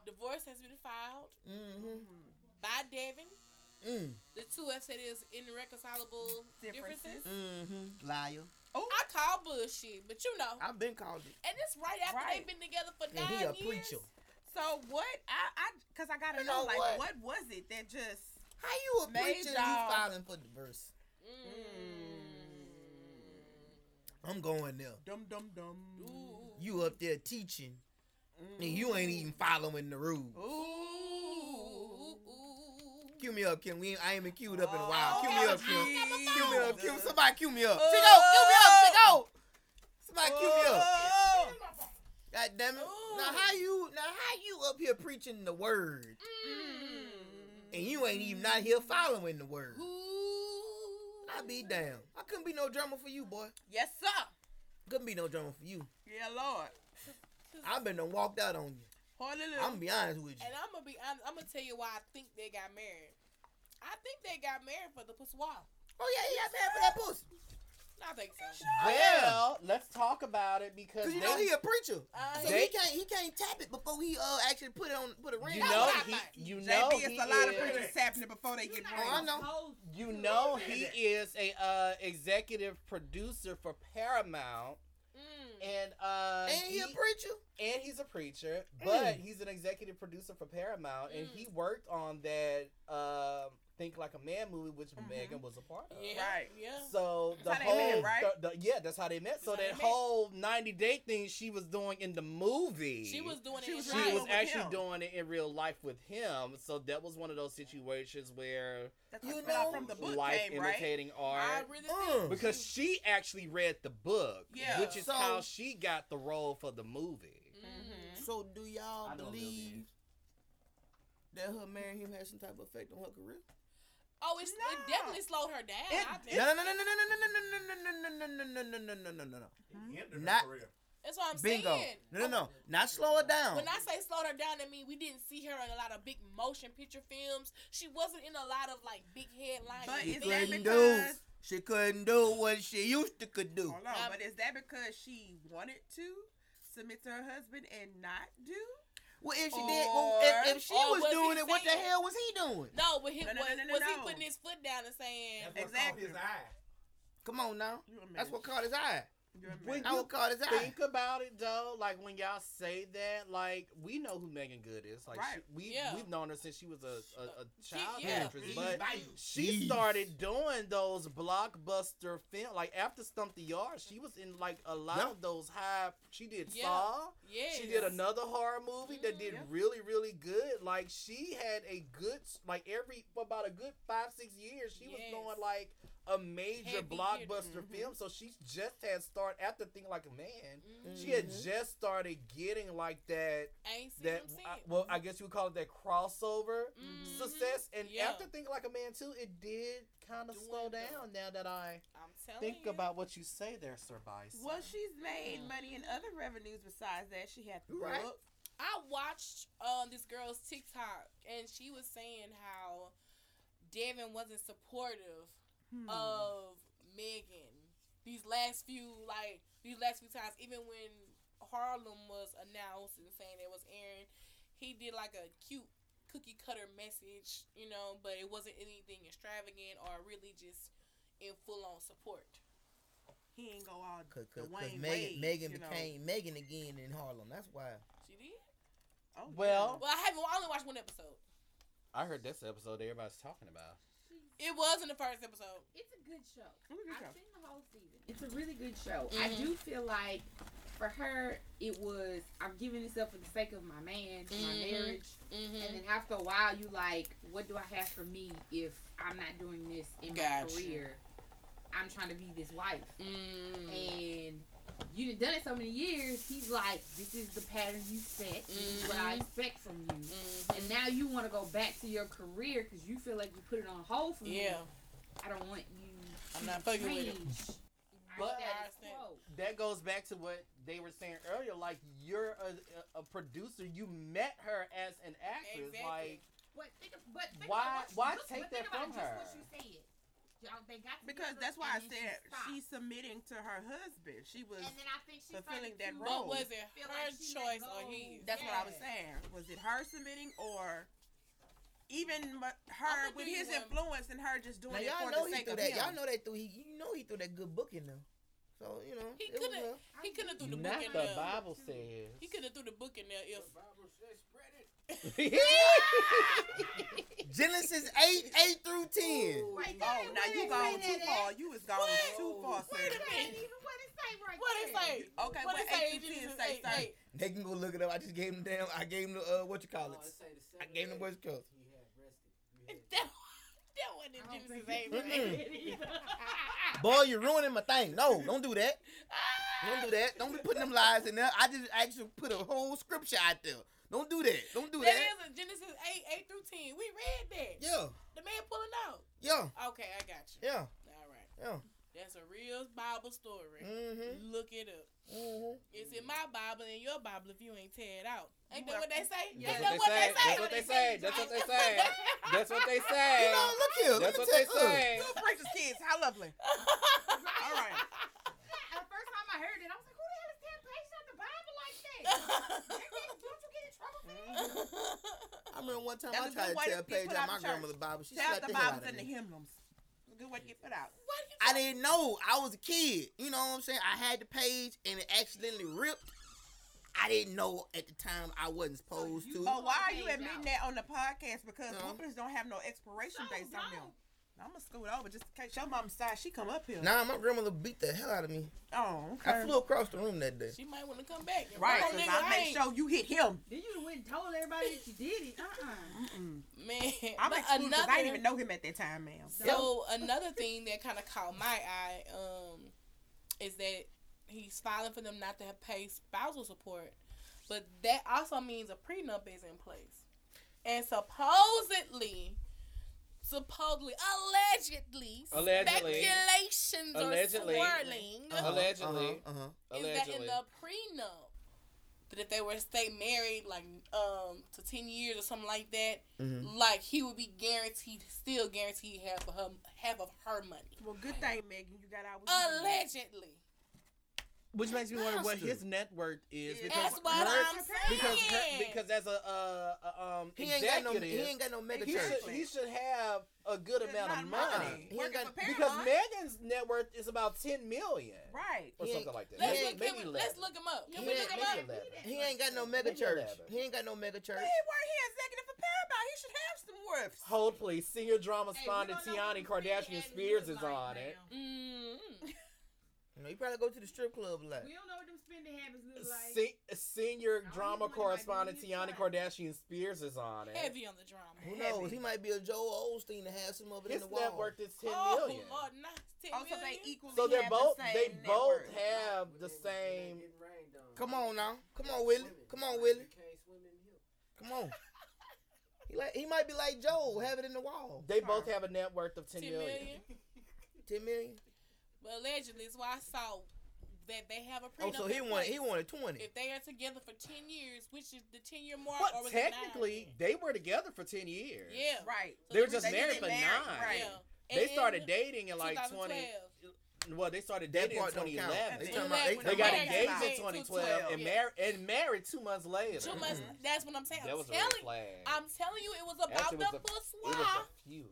Speaker 1: divorce has been filed
Speaker 3: Mm-hmm.
Speaker 1: by Devin.
Speaker 3: Mm.
Speaker 1: The two have said is irreconcilable differences.
Speaker 2: Differences.
Speaker 3: Mm-hmm. Liar.
Speaker 2: Oh,
Speaker 1: I call bullshit, but you know,
Speaker 3: I've been called it.
Speaker 1: and it's right after
Speaker 2: Right.
Speaker 1: they've been together for
Speaker 3: And
Speaker 1: nine
Speaker 3: he a
Speaker 1: years.
Speaker 3: preacher.
Speaker 2: so what? I, I, cause I gotta
Speaker 3: You
Speaker 2: know,
Speaker 3: know
Speaker 2: like,
Speaker 3: what?
Speaker 2: what was it that just?
Speaker 3: How you a
Speaker 2: Made
Speaker 3: preacher? and You
Speaker 2: y'all-
Speaker 3: filing for divorce?
Speaker 1: Mm.
Speaker 3: I'm going there.
Speaker 2: Dum dum dum.
Speaker 1: Ooh.
Speaker 3: You up there teaching,
Speaker 2: Mm.
Speaker 3: and you ain't even following the rules.
Speaker 2: Ooh.
Speaker 1: Ooh, ooh.
Speaker 3: Cue me up, Kim. We ain't, I ain't been queued up in a while. Cue me up, Kim.
Speaker 2: Oh, Jesus.
Speaker 3: Cue me up, Kim. Somebody cue me up.
Speaker 2: Oh.
Speaker 3: Chico, cue me up, Chico. Somebody cue me up.
Speaker 2: Oh.
Speaker 3: God damn it. Now
Speaker 1: Oh.
Speaker 3: how you? Now how you up here preaching the word,
Speaker 2: Mm.
Speaker 3: and you ain't even not here following the word?
Speaker 1: Ooh.
Speaker 3: I be damn. I couldn't be no drama for you, boy.
Speaker 2: Yes, sir.
Speaker 3: Couldn't be no drama for you.
Speaker 2: Yeah, Lord.
Speaker 3: I've been done walked out on you.
Speaker 2: Hallelujah.
Speaker 3: I'm gonna be honest with you.
Speaker 1: And I'm gonna be honest. I'm gonna tell you why I think they got married. I think they got married for the pussoir.
Speaker 3: Oh yeah, yeah, man, for that pussy.
Speaker 1: I think so.
Speaker 4: Well, let's talk about it because
Speaker 3: Oh, Cause you
Speaker 4: they-
Speaker 3: know he a preacher,
Speaker 1: Uh,
Speaker 3: so
Speaker 4: They-
Speaker 3: he can't he can't tap it before he uh actually put it on put a ring.
Speaker 4: you
Speaker 1: That's
Speaker 4: know
Speaker 1: what I
Speaker 4: he,
Speaker 1: thought.
Speaker 4: you know
Speaker 2: JB,
Speaker 4: he
Speaker 2: it's a lot of
Speaker 4: is-
Speaker 2: preachers happening before they get
Speaker 3: Oh, I
Speaker 2: married.
Speaker 3: know.
Speaker 4: You know he is a uh, executive producer for Paramount,
Speaker 1: Mm.
Speaker 4: and uh,
Speaker 3: Ain't he a preacher?
Speaker 4: and he's a preacher,
Speaker 3: Mm.
Speaker 4: but he's an executive producer for Paramount, and
Speaker 1: Mm.
Speaker 4: he worked on that uh, Think Like a Man movie, which
Speaker 2: Mhm.
Speaker 4: Megan was a part of.
Speaker 1: Yeah.
Speaker 2: Right.
Speaker 1: Yeah.
Speaker 4: So the
Speaker 2: That's how
Speaker 4: whole,
Speaker 2: they met, right?
Speaker 4: the, the- yeah, that's how they met. So
Speaker 1: That's how
Speaker 4: that
Speaker 1: they met.
Speaker 4: whole ninety day thing she was doing in the movie,
Speaker 1: She was doing
Speaker 2: She
Speaker 1: it.
Speaker 2: was
Speaker 1: in
Speaker 4: she
Speaker 1: life.
Speaker 2: doing
Speaker 4: was
Speaker 2: with
Speaker 4: actually
Speaker 2: him.
Speaker 4: doing it in real life with him. So that was one of those situations where
Speaker 2: That's
Speaker 3: You
Speaker 2: you know,
Speaker 3: know,
Speaker 2: from the book
Speaker 4: life
Speaker 2: came, right?
Speaker 4: imitating
Speaker 1: I
Speaker 4: art.
Speaker 1: really
Speaker 3: Mm.
Speaker 1: think
Speaker 4: Because she actually read the book,
Speaker 2: Yeah.
Speaker 4: which is
Speaker 3: So-
Speaker 4: how she got the role for the movie.
Speaker 3: Mm.
Speaker 1: Mhm.
Speaker 3: So do y'all
Speaker 4: I know Lil
Speaker 3: believe
Speaker 4: Baby.
Speaker 3: that her marrying him had some type of effect on her career?
Speaker 1: Oh, it's, it
Speaker 2: No.
Speaker 1: definitely slowed her down.
Speaker 4: It-
Speaker 1: I
Speaker 3: No,
Speaker 1: think.
Speaker 3: no, no, no, no, no, no, no, no, no, no, no, no, no, no, no, no, no, no, no. Not-
Speaker 5: Not
Speaker 1: That's what I'm
Speaker 3: Bingo.
Speaker 1: saying. Oh,
Speaker 3: No, no, no. Not slow it down.
Speaker 1: When I say slowed her down, I mean we didn't see her in a lot of big motion picture films. She wasn't in a lot of like big headlines.
Speaker 2: But
Speaker 3: She
Speaker 2: is that
Speaker 3: couldn't do.
Speaker 2: because-
Speaker 3: She couldn't do what she used to could do.
Speaker 2: Hold on,
Speaker 1: Um,
Speaker 2: but is that because she wanted to submit to her husband and not do?
Speaker 3: Well, if she did, well, if,
Speaker 2: Or-
Speaker 3: if she
Speaker 1: or
Speaker 3: was
Speaker 1: was he
Speaker 3: doing it, what the
Speaker 1: saying-
Speaker 3: hell was he doing?
Speaker 1: no, but him
Speaker 2: No, no,
Speaker 1: was,
Speaker 2: no, no,
Speaker 1: was he
Speaker 2: no.
Speaker 1: putting his foot down and saying,
Speaker 2: Exactly.
Speaker 5: His eye.
Speaker 3: Come on now.
Speaker 2: You're a
Speaker 3: That's
Speaker 2: man.
Speaker 3: what caught his eye.
Speaker 2: You're a man.
Speaker 4: When
Speaker 3: I
Speaker 4: you
Speaker 3: would call his eye.
Speaker 4: think about it though, like when y'all say that, like we know who Megan Good is. Like
Speaker 2: Right.
Speaker 4: she, we
Speaker 1: Yeah.
Speaker 4: we've known her since she was a a, a
Speaker 1: She-
Speaker 4: child
Speaker 1: yeah.
Speaker 4: actress,
Speaker 5: He's
Speaker 4: but
Speaker 5: value.
Speaker 4: she
Speaker 3: Jeez.
Speaker 4: started doing those blockbuster film. Like after Stump the Yard, she was in like a lot
Speaker 3: Yeah.
Speaker 4: of those high. She did
Speaker 1: Yeah.
Speaker 4: Saw.
Speaker 1: "Yeah,
Speaker 4: She did another horror movie that did
Speaker 1: Mm-hmm,
Speaker 2: Mhm.
Speaker 4: really, really good. Like she had a good, like every for about a good five, six years, she was
Speaker 1: Yes.
Speaker 4: doing like a major
Speaker 1: Heavy hitter. mm-hmm.
Speaker 4: blockbuster
Speaker 2: Mhm.
Speaker 4: film. So she just had start after thing like a man.
Speaker 1: Mhm.
Speaker 4: She had
Speaker 3: Mhm.
Speaker 4: just started getting like that.
Speaker 1: Ain't see
Speaker 4: That
Speaker 1: them
Speaker 4: I,
Speaker 1: since.
Speaker 4: well, I guess you would call it that crossover
Speaker 1: Mhm.
Speaker 4: success. And
Speaker 1: Yeah.
Speaker 4: after thinking like a man too, it did kind of
Speaker 1: Doing Oh,
Speaker 4: slow
Speaker 1: that.
Speaker 4: down. Now that I
Speaker 1: I'm telling
Speaker 4: think
Speaker 1: you.
Speaker 4: about what you say there, Sir Bison.
Speaker 2: Well, she's made
Speaker 1: Mm.
Speaker 2: money in other revenues besides that. She had the
Speaker 3: Right.
Speaker 2: book.
Speaker 1: I watched um this girl's TikTok and she was saying how Devin wasn't supportive
Speaker 2: Hmm.
Speaker 3: Uh,
Speaker 1: of Megan these last few like these last few times, even when Harlem was announced and saying it was airing, he did like a cute cookie cutter message, you know, but it wasn't anything extravagant or really just in full on support.
Speaker 2: he ain't go all
Speaker 3: Cause,
Speaker 2: the
Speaker 3: cause, cause
Speaker 2: Wayne
Speaker 3: Megan,
Speaker 2: Wade,
Speaker 3: Megan
Speaker 2: you know.
Speaker 3: became Megan again in Harlem. That's why.
Speaker 1: She did.
Speaker 2: Oh,
Speaker 4: Well-
Speaker 1: Well, I haven't. I only watched one episode.
Speaker 4: I heard that's the episode that everybody's talking about.
Speaker 1: It was in the first episode.
Speaker 6: It's a good show.
Speaker 2: It's a good
Speaker 6: I've
Speaker 2: show.
Speaker 6: seen the whole season. It's a really good show. I
Speaker 1: Mhm.
Speaker 6: do feel like for her, it was I'm giving this up for the sake of my man, my
Speaker 1: Mhm.
Speaker 6: marriage, and
Speaker 3: Mm-hmm.
Speaker 1: Mm-hmm.
Speaker 6: then after a while, you like, what do I have for me if I'm not doing this in
Speaker 1: Gotcha.
Speaker 6: my career? I'm trying to be this wife,
Speaker 1: Mm.
Speaker 6: and you done done it so many years. He's like, this is the pattern you set. This is what I
Speaker 1: Mhm.
Speaker 6: expect from you.
Speaker 1: Mhm.
Speaker 6: And now you want to go back to your career because you feel like you put it on hold for me.
Speaker 1: Yeah,
Speaker 6: I don't want you.
Speaker 1: I'm
Speaker 6: to
Speaker 1: not fucking with it.
Speaker 6: change
Speaker 4: But-
Speaker 6: our status quo.
Speaker 4: that goes back to what they were saying earlier. Like you're a, a, a producer. You met her as an actress.
Speaker 1: Exactly.
Speaker 4: Like
Speaker 6: But think of, but think
Speaker 4: Why-
Speaker 6: about what you-
Speaker 4: why
Speaker 6: look-
Speaker 4: take
Speaker 6: but think
Speaker 4: that
Speaker 6: about
Speaker 4: from
Speaker 6: just
Speaker 4: her?
Speaker 6: What you said. Y'all, they got
Speaker 2: Because
Speaker 6: together
Speaker 2: that's why I
Speaker 6: and then
Speaker 2: said
Speaker 6: she
Speaker 2: she's submitting to her husband. She was.
Speaker 6: stopped. And then I think she
Speaker 2: fulfilling
Speaker 6: started
Speaker 2: that
Speaker 6: to
Speaker 2: role.
Speaker 1: but was it
Speaker 6: feel
Speaker 1: her
Speaker 6: like she let
Speaker 1: choice or
Speaker 6: go.
Speaker 1: his?
Speaker 2: That's what I was
Speaker 6: Yeah.
Speaker 2: saying. Was it her submitting or even mu- her
Speaker 1: gonna
Speaker 2: with
Speaker 1: do you
Speaker 2: his
Speaker 1: one.
Speaker 2: influence and her just doing
Speaker 3: Now
Speaker 2: it
Speaker 3: y'all
Speaker 2: for
Speaker 3: know
Speaker 2: the
Speaker 3: he
Speaker 2: sake
Speaker 3: threw
Speaker 2: of
Speaker 3: that.
Speaker 2: him?
Speaker 3: Y'all know they threw. He, you know he threw that good book in there. So you know
Speaker 1: He
Speaker 3: it was
Speaker 1: coulda-
Speaker 3: her.
Speaker 1: He couldn't have threw the
Speaker 4: not
Speaker 1: book in
Speaker 4: the
Speaker 1: there.
Speaker 4: Bible says.
Speaker 1: He could have threw the book in there if
Speaker 3: Genesis eight eight through ten.
Speaker 6: Right there,
Speaker 2: Oh, now
Speaker 6: wait
Speaker 2: you
Speaker 6: a
Speaker 2: gone
Speaker 6: minute,
Speaker 2: too
Speaker 6: that-
Speaker 2: far. You was gone
Speaker 1: Wait.
Speaker 2: too far,
Speaker 1: Wait
Speaker 2: sir.
Speaker 1: a
Speaker 6: that ain't
Speaker 1: minute.
Speaker 6: even What it say right
Speaker 1: What it
Speaker 6: there.
Speaker 1: say?
Speaker 2: Okay,
Speaker 1: What
Speaker 2: what
Speaker 1: it say?
Speaker 2: eight
Speaker 1: It
Speaker 2: through ten
Speaker 1: just
Speaker 2: say,
Speaker 1: say,
Speaker 2: sir?
Speaker 1: say.
Speaker 3: They can go look it up. I just gave him damn. I gave him the uh, what you call it.
Speaker 2: Oh,
Speaker 3: I gave him the what you call it.
Speaker 1: That, that wasn't in
Speaker 6: I don't
Speaker 1: Genesis 8,
Speaker 6: think it
Speaker 1: right?
Speaker 3: Mm-mm.
Speaker 6: was.
Speaker 3: Boy, you're ruining my thing. No, don't do that. Don't
Speaker 1: Ah!
Speaker 3: do that. Don't be putting them lies in there. I just actually put a whole scripture out there. Don't do that. Don't do
Speaker 1: That
Speaker 3: that.
Speaker 1: is a Genesis 8, 8 through 10. We read that.
Speaker 3: Yeah,
Speaker 1: The man pulling out.
Speaker 3: yeah,
Speaker 1: Okay, I got you.
Speaker 3: yeah,
Speaker 1: All right.
Speaker 3: yeah.
Speaker 1: That's a real Bible story.
Speaker 3: Mm-hmm.
Speaker 1: Look it up.
Speaker 3: Mm-hmm.
Speaker 1: It's in my Bible and your Bible if you ain't tear it out. Ain't
Speaker 2: You
Speaker 1: that
Speaker 2: are-
Speaker 1: what they say? Ain't
Speaker 6: Yeah. That's
Speaker 1: that what they say?
Speaker 4: That's what they say. That's what they say. That's what they
Speaker 3: You
Speaker 4: say.
Speaker 3: know, look here.
Speaker 4: That's
Speaker 3: let
Speaker 4: what
Speaker 3: me
Speaker 4: they
Speaker 3: tell you.
Speaker 4: say.
Speaker 2: Two precious kids. How lovely. All right.
Speaker 6: The first time I heard it, I was like, who the hell is temptation out the Bible like that? Don't you get in trouble for that?
Speaker 3: I remember one time
Speaker 2: That's
Speaker 3: I
Speaker 2: a
Speaker 3: tried
Speaker 2: good way
Speaker 3: to
Speaker 2: to
Speaker 3: tell
Speaker 2: get
Speaker 3: Paige out
Speaker 2: put out
Speaker 3: my
Speaker 2: the church.
Speaker 3: grandmother's Bible. She
Speaker 2: Shout
Speaker 3: slapped the
Speaker 2: out the
Speaker 3: hell out
Speaker 2: Bibles
Speaker 3: of
Speaker 2: and the
Speaker 3: me.
Speaker 2: hymnals. It's a Good way to get put out.
Speaker 3: I didn't know. I was a kid. You know what I'm saying? I had the page and it accidentally ripped. I didn't know at the time I wasn't supposed
Speaker 6: you-
Speaker 3: to.
Speaker 2: Oh, why are
Speaker 6: Page
Speaker 2: you
Speaker 6: out.
Speaker 2: admitting that on the podcast? Because
Speaker 3: Huh?
Speaker 2: whoopers don't have no expiration
Speaker 6: No,
Speaker 2: based on them.
Speaker 6: no.
Speaker 2: I'm gonna scoot over just in case your mom side she come up here.
Speaker 3: Nah, my grandmother beat the hell out of me.
Speaker 2: Oh, okay.
Speaker 3: I flew across the room that day.
Speaker 1: She might want to come back. and
Speaker 2: Right,
Speaker 1: roll,
Speaker 2: because
Speaker 1: nigga,
Speaker 2: I
Speaker 1: ain't-
Speaker 2: make sure you hit him.
Speaker 6: Then you done went and told everybody that you did it. Uh-uh.
Speaker 2: Mm-mm.
Speaker 1: Man,
Speaker 2: I'm
Speaker 1: but
Speaker 2: excluded 'cause I didn't even know him at that time, ma'am.
Speaker 1: So another thing that kind of caught my eye um, is that he's filing for them not to have paid spousal support, but that also means a prenup is in place, and supposedly, supposedly, allegedly,
Speaker 4: Allegedly.
Speaker 1: speculations
Speaker 4: Allegedly.
Speaker 1: are swirling
Speaker 4: Allegedly.
Speaker 3: Uh huh.
Speaker 1: is that in
Speaker 4: Allegedly.
Speaker 1: the prenup that if they were to stay married like um to ten years or something like that,
Speaker 3: Mhm.
Speaker 1: Mm-hmm. like he would be guaranteed, still guaranteed half of her half of her money,
Speaker 2: Well, good thing, Megan, you got out. with you.
Speaker 1: allegedly.
Speaker 4: Which makes me wonder what
Speaker 3: Bastard.
Speaker 4: his net worth is
Speaker 2: Yeah.
Speaker 4: because
Speaker 1: That's what
Speaker 4: her-
Speaker 1: I'm saying.
Speaker 4: because her, because as a uh, uh, um
Speaker 3: He ain't got no.
Speaker 4: executive,
Speaker 3: He ain't got no mega
Speaker 4: he
Speaker 3: church.
Speaker 4: should he should have a good
Speaker 2: Good
Speaker 4: amount of
Speaker 2: amount of
Speaker 4: money.
Speaker 3: He ain't
Speaker 2: Working
Speaker 3: got-
Speaker 2: for Paramount.
Speaker 4: Because Megan's net worth is about ten million,
Speaker 2: Right.
Speaker 4: or
Speaker 3: He ain't-
Speaker 4: something like that.
Speaker 1: let's,
Speaker 3: Yeah,
Speaker 1: look,
Speaker 4: maybe
Speaker 1: can we,
Speaker 4: 11.
Speaker 1: let's look him up. Can we
Speaker 3: Yeah,
Speaker 1: look him
Speaker 3: maybe
Speaker 1: up?
Speaker 4: eleven.
Speaker 3: He ain't got no mega
Speaker 4: Maybe
Speaker 3: church.
Speaker 4: eleven.
Speaker 3: He ain't got no mega
Speaker 2: He
Speaker 3: church.
Speaker 2: worked here executive for Paramount. He should have some worth.
Speaker 4: Hold please. Senior drama
Speaker 6: Hey, we
Speaker 4: sponsor
Speaker 6: don't know
Speaker 4: Tiani
Speaker 6: what the
Speaker 4: Kardashian
Speaker 6: Fed
Speaker 4: Spears
Speaker 6: look
Speaker 4: is
Speaker 6: like
Speaker 4: on it.
Speaker 6: now.
Speaker 4: Mm-hmm.
Speaker 1: Mm.
Speaker 3: You know, he probably go to the strip club a lot.
Speaker 6: We don't know what them spending habits look like.
Speaker 4: Se- senior
Speaker 6: I don't
Speaker 4: drama
Speaker 6: even wanna
Speaker 4: correspondent
Speaker 6: like
Speaker 4: Tiani
Speaker 6: million
Speaker 4: Kardashian Spears is on it.
Speaker 1: Heavy on the drama.
Speaker 3: Who knows? He might be a Joe Osteen and have some of it in
Speaker 4: His
Speaker 3: the
Speaker 4: net
Speaker 3: wall.
Speaker 4: worth is ten
Speaker 1: oh,
Speaker 4: million.
Speaker 1: Lord, not ten
Speaker 2: Also,
Speaker 1: million?
Speaker 2: Oh, they equally
Speaker 4: So they're
Speaker 2: have
Speaker 4: both
Speaker 2: the same
Speaker 4: they
Speaker 2: net
Speaker 4: both
Speaker 2: worth.
Speaker 4: have the
Speaker 3: Come on now. Come on, Willie. Come on, Willie.
Speaker 7: can't swim in here.
Speaker 3: Come on. He like he might be like Joe, have it in the wall.
Speaker 4: They both have a net worth of ten
Speaker 1: Ten
Speaker 4: million.
Speaker 1: million.
Speaker 3: Ten million.
Speaker 1: But allegedly, it's why I saw that they have a
Speaker 3: Oh,
Speaker 1: prenup.
Speaker 3: so he
Speaker 1: in
Speaker 3: wanted
Speaker 1: place.
Speaker 3: he wanted twenty.
Speaker 1: If they are together for ten years, which is the ten year mark, or
Speaker 4: But
Speaker 1: was
Speaker 4: technically,
Speaker 1: it
Speaker 4: they were together for ten years.
Speaker 1: nine? yeah,
Speaker 2: Right.
Speaker 1: So
Speaker 4: They were
Speaker 1: the
Speaker 4: just
Speaker 1: reason-
Speaker 4: married
Speaker 2: get
Speaker 4: for
Speaker 2: married,
Speaker 4: nine.
Speaker 2: right.
Speaker 1: Yeah.
Speaker 4: They
Speaker 1: And
Speaker 4: started dating in like
Speaker 1: 2012.
Speaker 4: twenty. Well, they started
Speaker 3: That
Speaker 4: dating in
Speaker 3: part don't
Speaker 4: twenty
Speaker 3: count. They
Speaker 4: eleven.
Speaker 1: When
Speaker 3: talking about
Speaker 1: that-
Speaker 3: they
Speaker 1: when
Speaker 4: They
Speaker 1: the
Speaker 4: got
Speaker 1: wedding
Speaker 4: engaged
Speaker 1: got
Speaker 4: in
Speaker 1: engaged
Speaker 4: 2012 and,
Speaker 1: yeah.
Speaker 4: mar- and married two months later.
Speaker 1: Two months. That's what I'm saying.
Speaker 4: Mm-hmm. That
Speaker 1: I'm
Speaker 4: was a red
Speaker 1: telling,
Speaker 4: flag.
Speaker 1: I'm telling you, it was about
Speaker 4: Actually,
Speaker 1: the
Speaker 4: it was it was
Speaker 1: pussy.
Speaker 4: a few.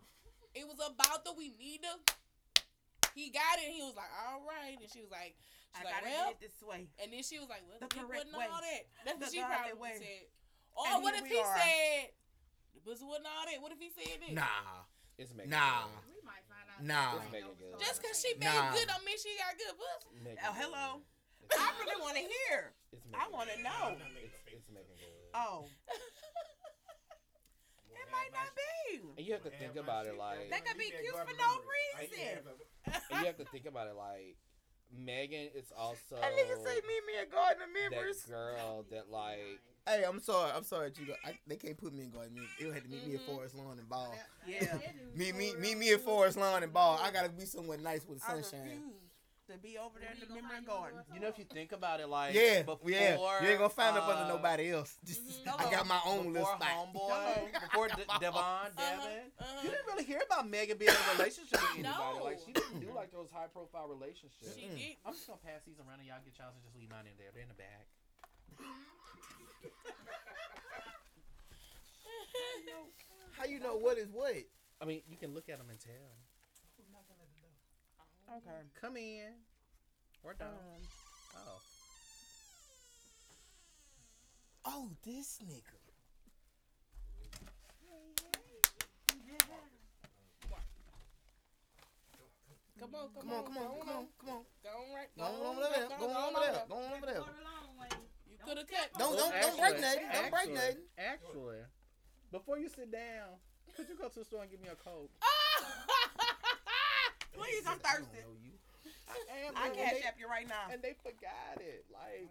Speaker 1: It was about the we need to. He got it. And he was like, all right, and she was like,
Speaker 2: I
Speaker 1: she's
Speaker 2: gotta
Speaker 1: like, well,
Speaker 2: get it this way.
Speaker 1: and then she was like, well,
Speaker 2: The
Speaker 1: the dick
Speaker 2: correct
Speaker 1: wasn't
Speaker 2: way.
Speaker 1: all that. That's what
Speaker 2: The
Speaker 1: she
Speaker 2: godly
Speaker 1: probably
Speaker 2: way.
Speaker 1: said. Or
Speaker 2: And
Speaker 1: what
Speaker 2: here
Speaker 1: if
Speaker 2: we
Speaker 1: he
Speaker 2: are.
Speaker 1: said, the pussy wasn't all that? What if he said this?
Speaker 3: Nah,
Speaker 4: It's making
Speaker 3: nah,
Speaker 6: We might find out.
Speaker 3: Nah.
Speaker 6: Like,
Speaker 4: Megan
Speaker 6: no,
Speaker 4: Good.
Speaker 1: Just because she made
Speaker 3: Nah.
Speaker 1: good don't mean she got good pussy.
Speaker 4: Megan
Speaker 2: Oh, hello.
Speaker 4: Good.
Speaker 2: I really want to hear.
Speaker 4: It's
Speaker 2: I
Speaker 4: Megan
Speaker 2: wanna
Speaker 4: Good.
Speaker 2: know.
Speaker 4: It's, it's Megan Good.
Speaker 2: Oh,
Speaker 7: Boy,
Speaker 2: it
Speaker 7: have
Speaker 2: might
Speaker 7: my
Speaker 2: not
Speaker 7: shit-
Speaker 2: be.
Speaker 4: and you have to
Speaker 7: boy,
Speaker 4: think
Speaker 7: have my
Speaker 4: about
Speaker 7: shit
Speaker 4: it like,
Speaker 7: together.
Speaker 2: That could
Speaker 7: You
Speaker 2: be cute
Speaker 7: garbage
Speaker 2: for no
Speaker 7: number. I ain't
Speaker 2: reason.
Speaker 7: have a-
Speaker 4: and you have to think about it like, Megan is also
Speaker 3: That nigga say meet me at Garden of
Speaker 4: that
Speaker 3: Members.
Speaker 4: girl that like
Speaker 3: Hey, I'm sorry, I'm sorry, Chico. I, they can't put me in Garden of Members. They would have to meet me at
Speaker 2: Mm-hmm.
Speaker 1: Mhm.
Speaker 3: Forest Lawn and Ball.
Speaker 2: Yeah.
Speaker 3: Meet me, meet me at Forest Lawn and Ball. I gotta be somewhere nice with
Speaker 2: I
Speaker 3: sunshine.
Speaker 2: refuse to be over there in
Speaker 6: You
Speaker 2: the
Speaker 6: gonna
Speaker 2: memory
Speaker 6: find your
Speaker 2: garden.
Speaker 6: little
Speaker 4: you know if you think about it like
Speaker 3: yeah,
Speaker 4: before,
Speaker 3: yeah. You ain't gonna find up
Speaker 4: uh,
Speaker 3: under nobody else.
Speaker 1: Mhm.
Speaker 3: I got my own little
Speaker 4: before
Speaker 3: spot.
Speaker 4: homeboy before D- Devon Devon
Speaker 1: uh-huh.
Speaker 4: you didn't really hear about Megan being in a relationship with anybody
Speaker 1: No.
Speaker 4: like she didn't do like those high profile relationships
Speaker 1: She
Speaker 3: Mm.
Speaker 1: did.
Speaker 4: I'm just gonna pass these around and y'all get y'all and just leave mine in there they're in the back
Speaker 3: How you know what is what?
Speaker 4: I mean you can look at them and tell
Speaker 2: Okay.
Speaker 4: come in or don't
Speaker 2: Um,
Speaker 4: oh
Speaker 3: Oh, this nigga.
Speaker 1: Come on, come,
Speaker 3: Come on, come on, come on, come on.
Speaker 1: Go on right.
Speaker 3: Go on over there. Go on over there. Go on over there.
Speaker 6: Quarter long way.
Speaker 1: You could have cut.
Speaker 4: Oh,
Speaker 3: Don't don't don't break nothing. Don't break
Speaker 4: Actually,
Speaker 3: nothing.
Speaker 4: actually before you sit down could you go to the store and give me a coke
Speaker 2: Oh, Please, I'm thirsty.
Speaker 4: I am
Speaker 2: I
Speaker 4: and
Speaker 2: cash
Speaker 4: they-
Speaker 2: app you right now.
Speaker 4: and they forgot it like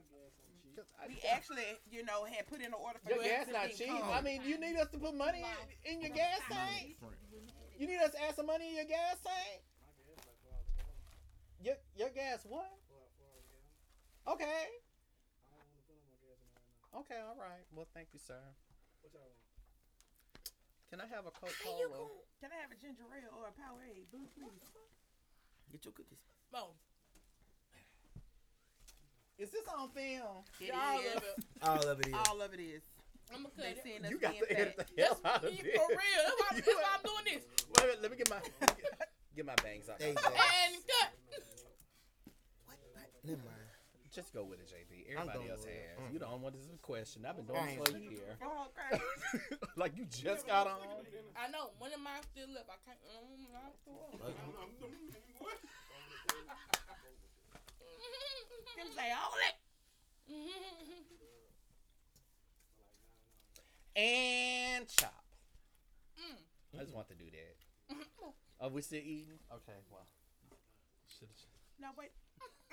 Speaker 4: Cause I
Speaker 2: We
Speaker 4: just-
Speaker 2: actually, you know, had put in an order for
Speaker 4: your
Speaker 2: the
Speaker 4: gas
Speaker 2: exit
Speaker 4: not
Speaker 2: being
Speaker 4: cheap.
Speaker 2: called.
Speaker 4: I mean, you need us to put money in, in your gas tank. You need us to add some money in your gas tank. Your your gas what? Okay. Okay. All right. Well, thank you, sir. Can I have a Coca Cola?
Speaker 2: Can I have a ginger ale or a Powerade, boo, please?
Speaker 3: Get your cookies.
Speaker 1: Oh,
Speaker 4: Is this on film?
Speaker 2: It
Speaker 1: Y'all
Speaker 2: is.
Speaker 1: love
Speaker 3: All of it is.
Speaker 2: All of it is.
Speaker 1: I'm gonna cut
Speaker 2: They
Speaker 1: it.
Speaker 2: seeing us
Speaker 4: You got
Speaker 2: being
Speaker 4: to edit
Speaker 2: fat.
Speaker 4: the
Speaker 1: That's
Speaker 4: hell
Speaker 1: for
Speaker 4: out of
Speaker 1: real.
Speaker 4: this.
Speaker 1: That's why, that's why I'm doing this.
Speaker 4: Wait a minute. Let me get my get my bangs out.
Speaker 3: There you go.
Speaker 1: And cut.
Speaker 3: What? Never mind.
Speaker 4: Just go with it, JP.
Speaker 3: I'm
Speaker 4: Everybody
Speaker 3: going
Speaker 4: else
Speaker 3: with it. Mm.
Speaker 4: has. You don't want this question. I've been doing
Speaker 3: Right.
Speaker 4: this for a year.
Speaker 2: Oh, okay.
Speaker 4: like you just got on.
Speaker 1: I know. One of mine still up. I can't. Mm, I'm still up.
Speaker 2: Them say, hold it.
Speaker 4: And chop.
Speaker 1: Mm.
Speaker 4: I just want to do that. Are we still eating? Okay, well.
Speaker 2: No, wait.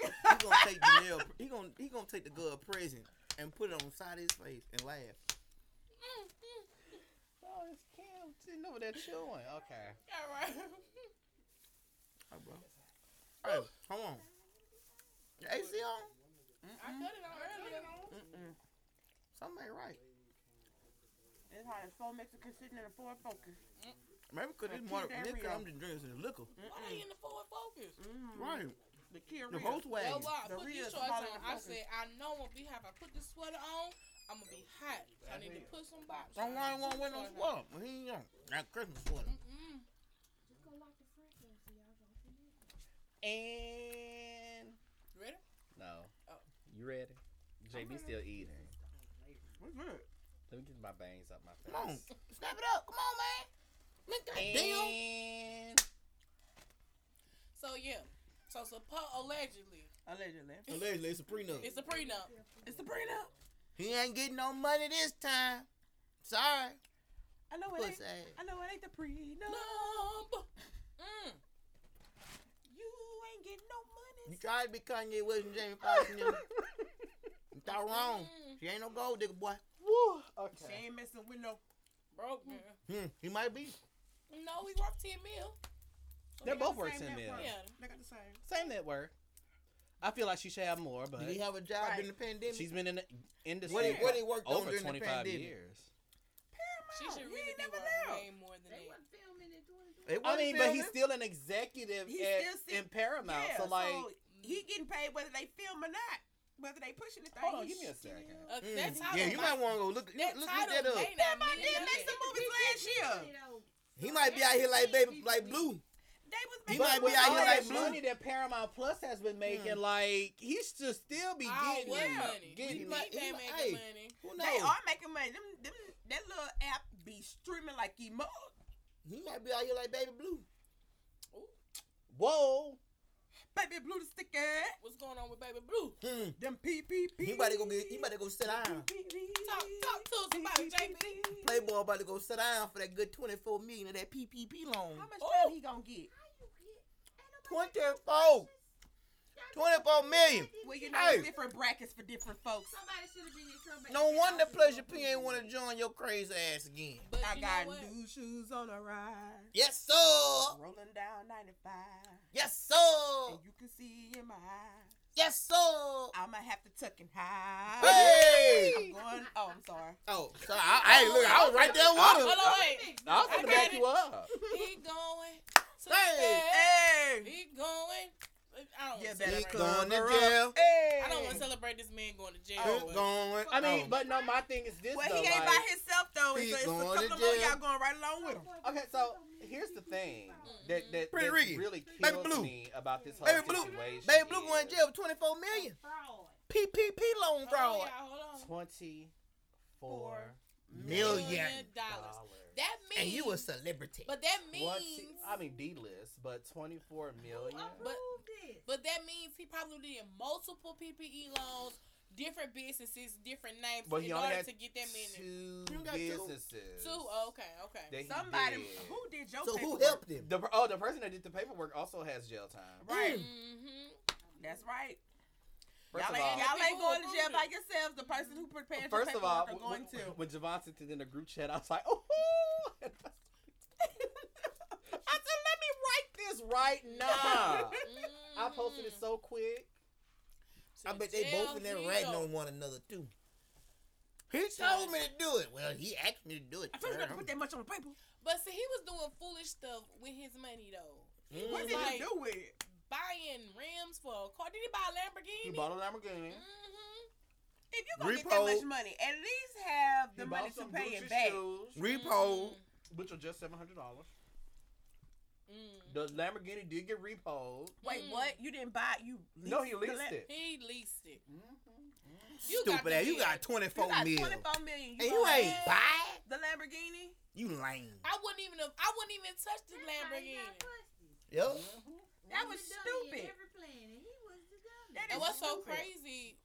Speaker 3: He gonna take Janelle. He gonna he gonna take the girl present and put it on the side of his face and laugh.
Speaker 4: Oh, it's Cam sitting over there chilling. Okay.
Speaker 1: All right.
Speaker 3: Oh, bro. Hey, hold on. Your AC on?
Speaker 1: I cut it on earlier.
Speaker 2: Mm-mm.
Speaker 3: Something ain't right.
Speaker 2: It's hard as four Mexicans sitting in a Ford Focus.
Speaker 3: Maybe cause
Speaker 2: Now,
Speaker 3: this water,
Speaker 2: keep that
Speaker 3: maybe
Speaker 2: real.
Speaker 3: 'cause I'm just drinking some liquor.
Speaker 1: Why are you in the forward focus?
Speaker 2: Mm-mm.
Speaker 3: Right.
Speaker 2: The Kia
Speaker 3: The
Speaker 2: Rio.
Speaker 1: Well,
Speaker 3: Volkswagen.
Speaker 1: why? I
Speaker 2: The
Speaker 1: put
Speaker 2: real
Speaker 1: these shorts
Speaker 2: smaller
Speaker 1: on.
Speaker 2: than
Speaker 1: I
Speaker 2: focus.
Speaker 1: said, I know I'm gonna be hot. If I put this sweater on, I'm gonna be hot. I need to put some box.
Speaker 3: Don't want one win on
Speaker 1: Sorry.
Speaker 3: sweater. when He ain't young. That Christmas sweater.
Speaker 1: Mm-mm.
Speaker 4: And
Speaker 1: Ready?
Speaker 4: no.
Speaker 1: Oh.
Speaker 4: You ready? JB still eating.
Speaker 3: What's good?
Speaker 4: Let me get my bangs out my face.
Speaker 3: Come on. Snap it up. Come on, man. Make that deal.
Speaker 4: And
Speaker 1: So yeah. So suppo- allegedly,
Speaker 2: Allegedly.
Speaker 3: Allegedly, it's a prenup.
Speaker 1: it's a prenup.
Speaker 2: It's the prenup.
Speaker 3: He ain't getting no money this time. Sorry.
Speaker 2: I know it
Speaker 3: Puss
Speaker 2: ain't. I know it ain't the prenup.
Speaker 1: Numb. Mm.
Speaker 2: You ain't getting no
Speaker 3: You
Speaker 2: money.
Speaker 3: tried to be Kanye West and Jamie Foxx. and them. You thought Y'all wrong.
Speaker 1: Mm,
Speaker 3: She ain't no gold digger, boy.
Speaker 8: Woo.
Speaker 2: She
Speaker 8: Okay.
Speaker 2: ain't messing with no.
Speaker 1: broke girl.
Speaker 3: Hmm, he might be.
Speaker 1: Mm. No, he worth ten mil.
Speaker 4: They're
Speaker 2: They got
Speaker 4: both
Speaker 2: the
Speaker 4: worth
Speaker 2: same
Speaker 4: ten mil.
Speaker 2: network.
Speaker 1: Yeah.
Speaker 2: They got the same.
Speaker 4: Same network. I feel like she should have more, but
Speaker 3: Did he have a job
Speaker 2: Right.
Speaker 3: in the pandemic?
Speaker 4: she's been in the industry
Speaker 3: what he, what he
Speaker 4: for
Speaker 3: worked on
Speaker 4: over
Speaker 3: during
Speaker 4: twenty
Speaker 3: the
Speaker 4: five
Speaker 3: pandemic?
Speaker 4: years.
Speaker 1: She should
Speaker 2: Paramount.
Speaker 1: really
Speaker 2: he
Speaker 1: be
Speaker 2: ain't never
Speaker 1: worth
Speaker 2: left.
Speaker 1: way more than
Speaker 6: They
Speaker 1: that.
Speaker 6: were filming and doing
Speaker 3: It
Speaker 4: I
Speaker 6: doing.
Speaker 3: wasn't
Speaker 4: mean, but
Speaker 3: filming.
Speaker 4: he's still an executive
Speaker 2: He's
Speaker 4: at,
Speaker 2: still sit-
Speaker 4: in Paramount.
Speaker 2: Yeah,
Speaker 4: so like,
Speaker 2: he getting paid whether they film or not, whether they pushing the thing.
Speaker 4: hold on,
Speaker 2: he
Speaker 4: give me a
Speaker 2: still-
Speaker 4: second.
Speaker 1: Uh,
Speaker 3: Mm,
Speaker 1: that title
Speaker 3: Yeah, you might
Speaker 1: might.
Speaker 3: want to go look,
Speaker 1: That
Speaker 3: look, look
Speaker 1: title
Speaker 3: that up.
Speaker 1: may not
Speaker 2: Somebody
Speaker 1: mean
Speaker 2: did make
Speaker 1: nothing.
Speaker 2: some movies last year.
Speaker 3: He might be out here like baby, like blue.
Speaker 2: They was
Speaker 3: He
Speaker 2: making
Speaker 3: might be
Speaker 4: with
Speaker 2: movies
Speaker 3: out
Speaker 4: all
Speaker 3: here like
Speaker 2: last
Speaker 4: that
Speaker 2: year.
Speaker 3: Blue.
Speaker 4: money that Paramount Plus has
Speaker 3: Hmm.
Speaker 4: been making, like he should still be
Speaker 1: All
Speaker 4: getting,
Speaker 1: what money?
Speaker 4: getting
Speaker 1: We
Speaker 3: like-
Speaker 1: think they
Speaker 3: he
Speaker 1: making
Speaker 3: like, hey.
Speaker 1: money.
Speaker 3: Who
Speaker 2: They
Speaker 3: knows?
Speaker 2: are making money. Them, them, that little app be streaming like emo.
Speaker 3: He might be out here like baby blue.
Speaker 4: Whoa,
Speaker 2: Baby blue the sticker.
Speaker 1: What's going on with Baby Blue?
Speaker 3: Hmm.
Speaker 2: Them PPP.
Speaker 3: He about to go get. He about to go sit down.
Speaker 1: Talk, talk to us about it, JB.
Speaker 3: Playboy about to go sit down for that good twenty four million of that PPP loan.
Speaker 2: How much
Speaker 1: Oh.
Speaker 2: time he ggonna get?
Speaker 3: Twenty four. Twenty four million.
Speaker 2: Well, you know,
Speaker 3: Hey.
Speaker 2: it's different brackets for different folks.
Speaker 6: Somebody should have been in trouble.
Speaker 3: No wonder Pleasure P ain't want to join your crazy ass again.
Speaker 1: But
Speaker 2: I
Speaker 1: you
Speaker 2: got
Speaker 1: know what?
Speaker 2: new shoes on a ride,
Speaker 3: Yes sir.
Speaker 2: rolling down 95.
Speaker 3: Yes sir.
Speaker 2: And you can see in my eyes.
Speaker 3: Yes sir.
Speaker 2: I'ma have to tuck and hide. I'm
Speaker 3: Hey.
Speaker 2: going. Oh, I'm sorry.
Speaker 3: Oh, sorry. I, I ain't looking. I was right there with him.
Speaker 1: Hold on, wait.
Speaker 4: I'll
Speaker 1: I
Speaker 4: come
Speaker 1: got it.
Speaker 4: back you up.
Speaker 1: He going to
Speaker 3: Hey.
Speaker 1: jail.
Speaker 2: Hey,
Speaker 1: He going. I don't
Speaker 2: Yeah,
Speaker 1: want to
Speaker 2: better
Speaker 3: He
Speaker 1: celebrate.
Speaker 3: going
Speaker 2: come.
Speaker 3: to jail.
Speaker 2: hey.
Speaker 1: I don't want to celebrate this man going to jail.
Speaker 3: He
Speaker 1: but
Speaker 3: going.
Speaker 4: I mean,
Speaker 3: oh.
Speaker 4: but no, my thing is this
Speaker 2: Well,
Speaker 4: though.
Speaker 2: he ain't
Speaker 4: like,
Speaker 2: by himself though, and
Speaker 3: He
Speaker 2: so it's a
Speaker 3: going
Speaker 2: couple
Speaker 3: to
Speaker 2: of other
Speaker 3: jail.
Speaker 2: y'all going right along with him.
Speaker 4: Okay, so here's the thing that that,
Speaker 3: Pretty
Speaker 4: that
Speaker 3: Ricky.
Speaker 4: really
Speaker 3: Baby
Speaker 4: kills
Speaker 3: Blue.
Speaker 4: me about this whole
Speaker 3: Baby Blue.
Speaker 4: situation.
Speaker 3: Baby Blue going
Speaker 4: is
Speaker 3: to jail for twenty four million.
Speaker 6: Fraud.
Speaker 3: PPP loan
Speaker 1: Hold
Speaker 3: fraud.
Speaker 1: on, y'all, Oh, hold on.
Speaker 4: Twenty-four
Speaker 3: Million
Speaker 1: dollars. That means.
Speaker 3: And you a celebrity.
Speaker 1: But that
Speaker 4: What?
Speaker 1: means.
Speaker 4: I mean, D list, but twenty-four million.
Speaker 1: But-
Speaker 6: Prove this.
Speaker 1: But that means he probably did multiple PPE loans, different businesses, different names
Speaker 4: But he
Speaker 1: in
Speaker 4: only
Speaker 1: order
Speaker 4: had
Speaker 1: to get that many.
Speaker 4: Two
Speaker 3: You got two.
Speaker 4: businesses.
Speaker 1: Two. Oh, okay, okay.
Speaker 4: that he
Speaker 2: Somebody
Speaker 4: did.
Speaker 2: who did your
Speaker 3: so who
Speaker 2: paperwork?
Speaker 3: helped him? Mm.
Speaker 4: The per- oh, the person that did the paperwork also has jail time.
Speaker 2: Right.
Speaker 1: Mm-hmm.
Speaker 2: That's right.
Speaker 4: First
Speaker 2: y'all
Speaker 4: of
Speaker 2: ain't,
Speaker 4: all,
Speaker 2: y'all ain't
Speaker 1: People
Speaker 2: going to
Speaker 1: who
Speaker 2: jail
Speaker 1: approved
Speaker 2: by yourselves. The person who prepared
Speaker 4: first
Speaker 2: your
Speaker 4: of all,
Speaker 2: paperwork are
Speaker 4: when,
Speaker 2: going to.
Speaker 4: when Javon sent it in the group chat, I was like, oh. I said, let me write this right now. I
Speaker 1: mm-hmm.
Speaker 4: posted it so quick.
Speaker 3: I bet they both in there ratting on one another too. He told me to do it. Well, he asked me to do it.
Speaker 2: I told you not to
Speaker 3: girl.
Speaker 2: put that much on paper.
Speaker 1: But see, he was doing foolish stuff with his money though.
Speaker 3: Mm.
Speaker 2: What
Speaker 1: was
Speaker 2: did
Speaker 1: like-
Speaker 2: you do with it?
Speaker 1: Buying rims for a car. Did he buy a
Speaker 4: He
Speaker 1: Lamborghini?
Speaker 2: Mm-hmm.
Speaker 4: bought a Lamborghini.
Speaker 1: hmm
Speaker 2: If you gonna get that
Speaker 3: Repo.
Speaker 2: much money, at least have the
Speaker 4: he
Speaker 2: money to
Speaker 4: bought some
Speaker 2: pay it
Speaker 4: Gucci
Speaker 2: back.
Speaker 4: shoes,
Speaker 3: Repo.
Speaker 4: which were just seven hundred dollars.
Speaker 1: Mm.
Speaker 4: The Lamborghini did get repoed.
Speaker 2: Wait,
Speaker 1: Mm.
Speaker 2: what? You didn't buy it, you?
Speaker 4: No, he
Speaker 2: the
Speaker 4: leased
Speaker 2: land.
Speaker 4: it.
Speaker 1: He leased it. You got
Speaker 3: Stupid
Speaker 1: the
Speaker 3: ass. You
Speaker 1: bill.
Speaker 3: got twenty
Speaker 2: You
Speaker 3: four
Speaker 2: got
Speaker 3: mil.
Speaker 2: twenty four million.
Speaker 3: And you
Speaker 2: gonna
Speaker 3: ain't
Speaker 2: have
Speaker 3: buy it?
Speaker 2: the Lamborghini.
Speaker 3: You lame.
Speaker 1: I wouldn't even have. I wouldn't even touch the
Speaker 6: That's why he
Speaker 1: Lamborghini.
Speaker 6: got busted.
Speaker 3: Yep.
Speaker 2: That
Speaker 6: He
Speaker 2: was
Speaker 6: dummy in
Speaker 2: stupid.
Speaker 6: Every plan, and he was the dummy.
Speaker 2: That
Speaker 1: And
Speaker 2: is
Speaker 1: what's so
Speaker 2: stupid.
Speaker 1: crazy?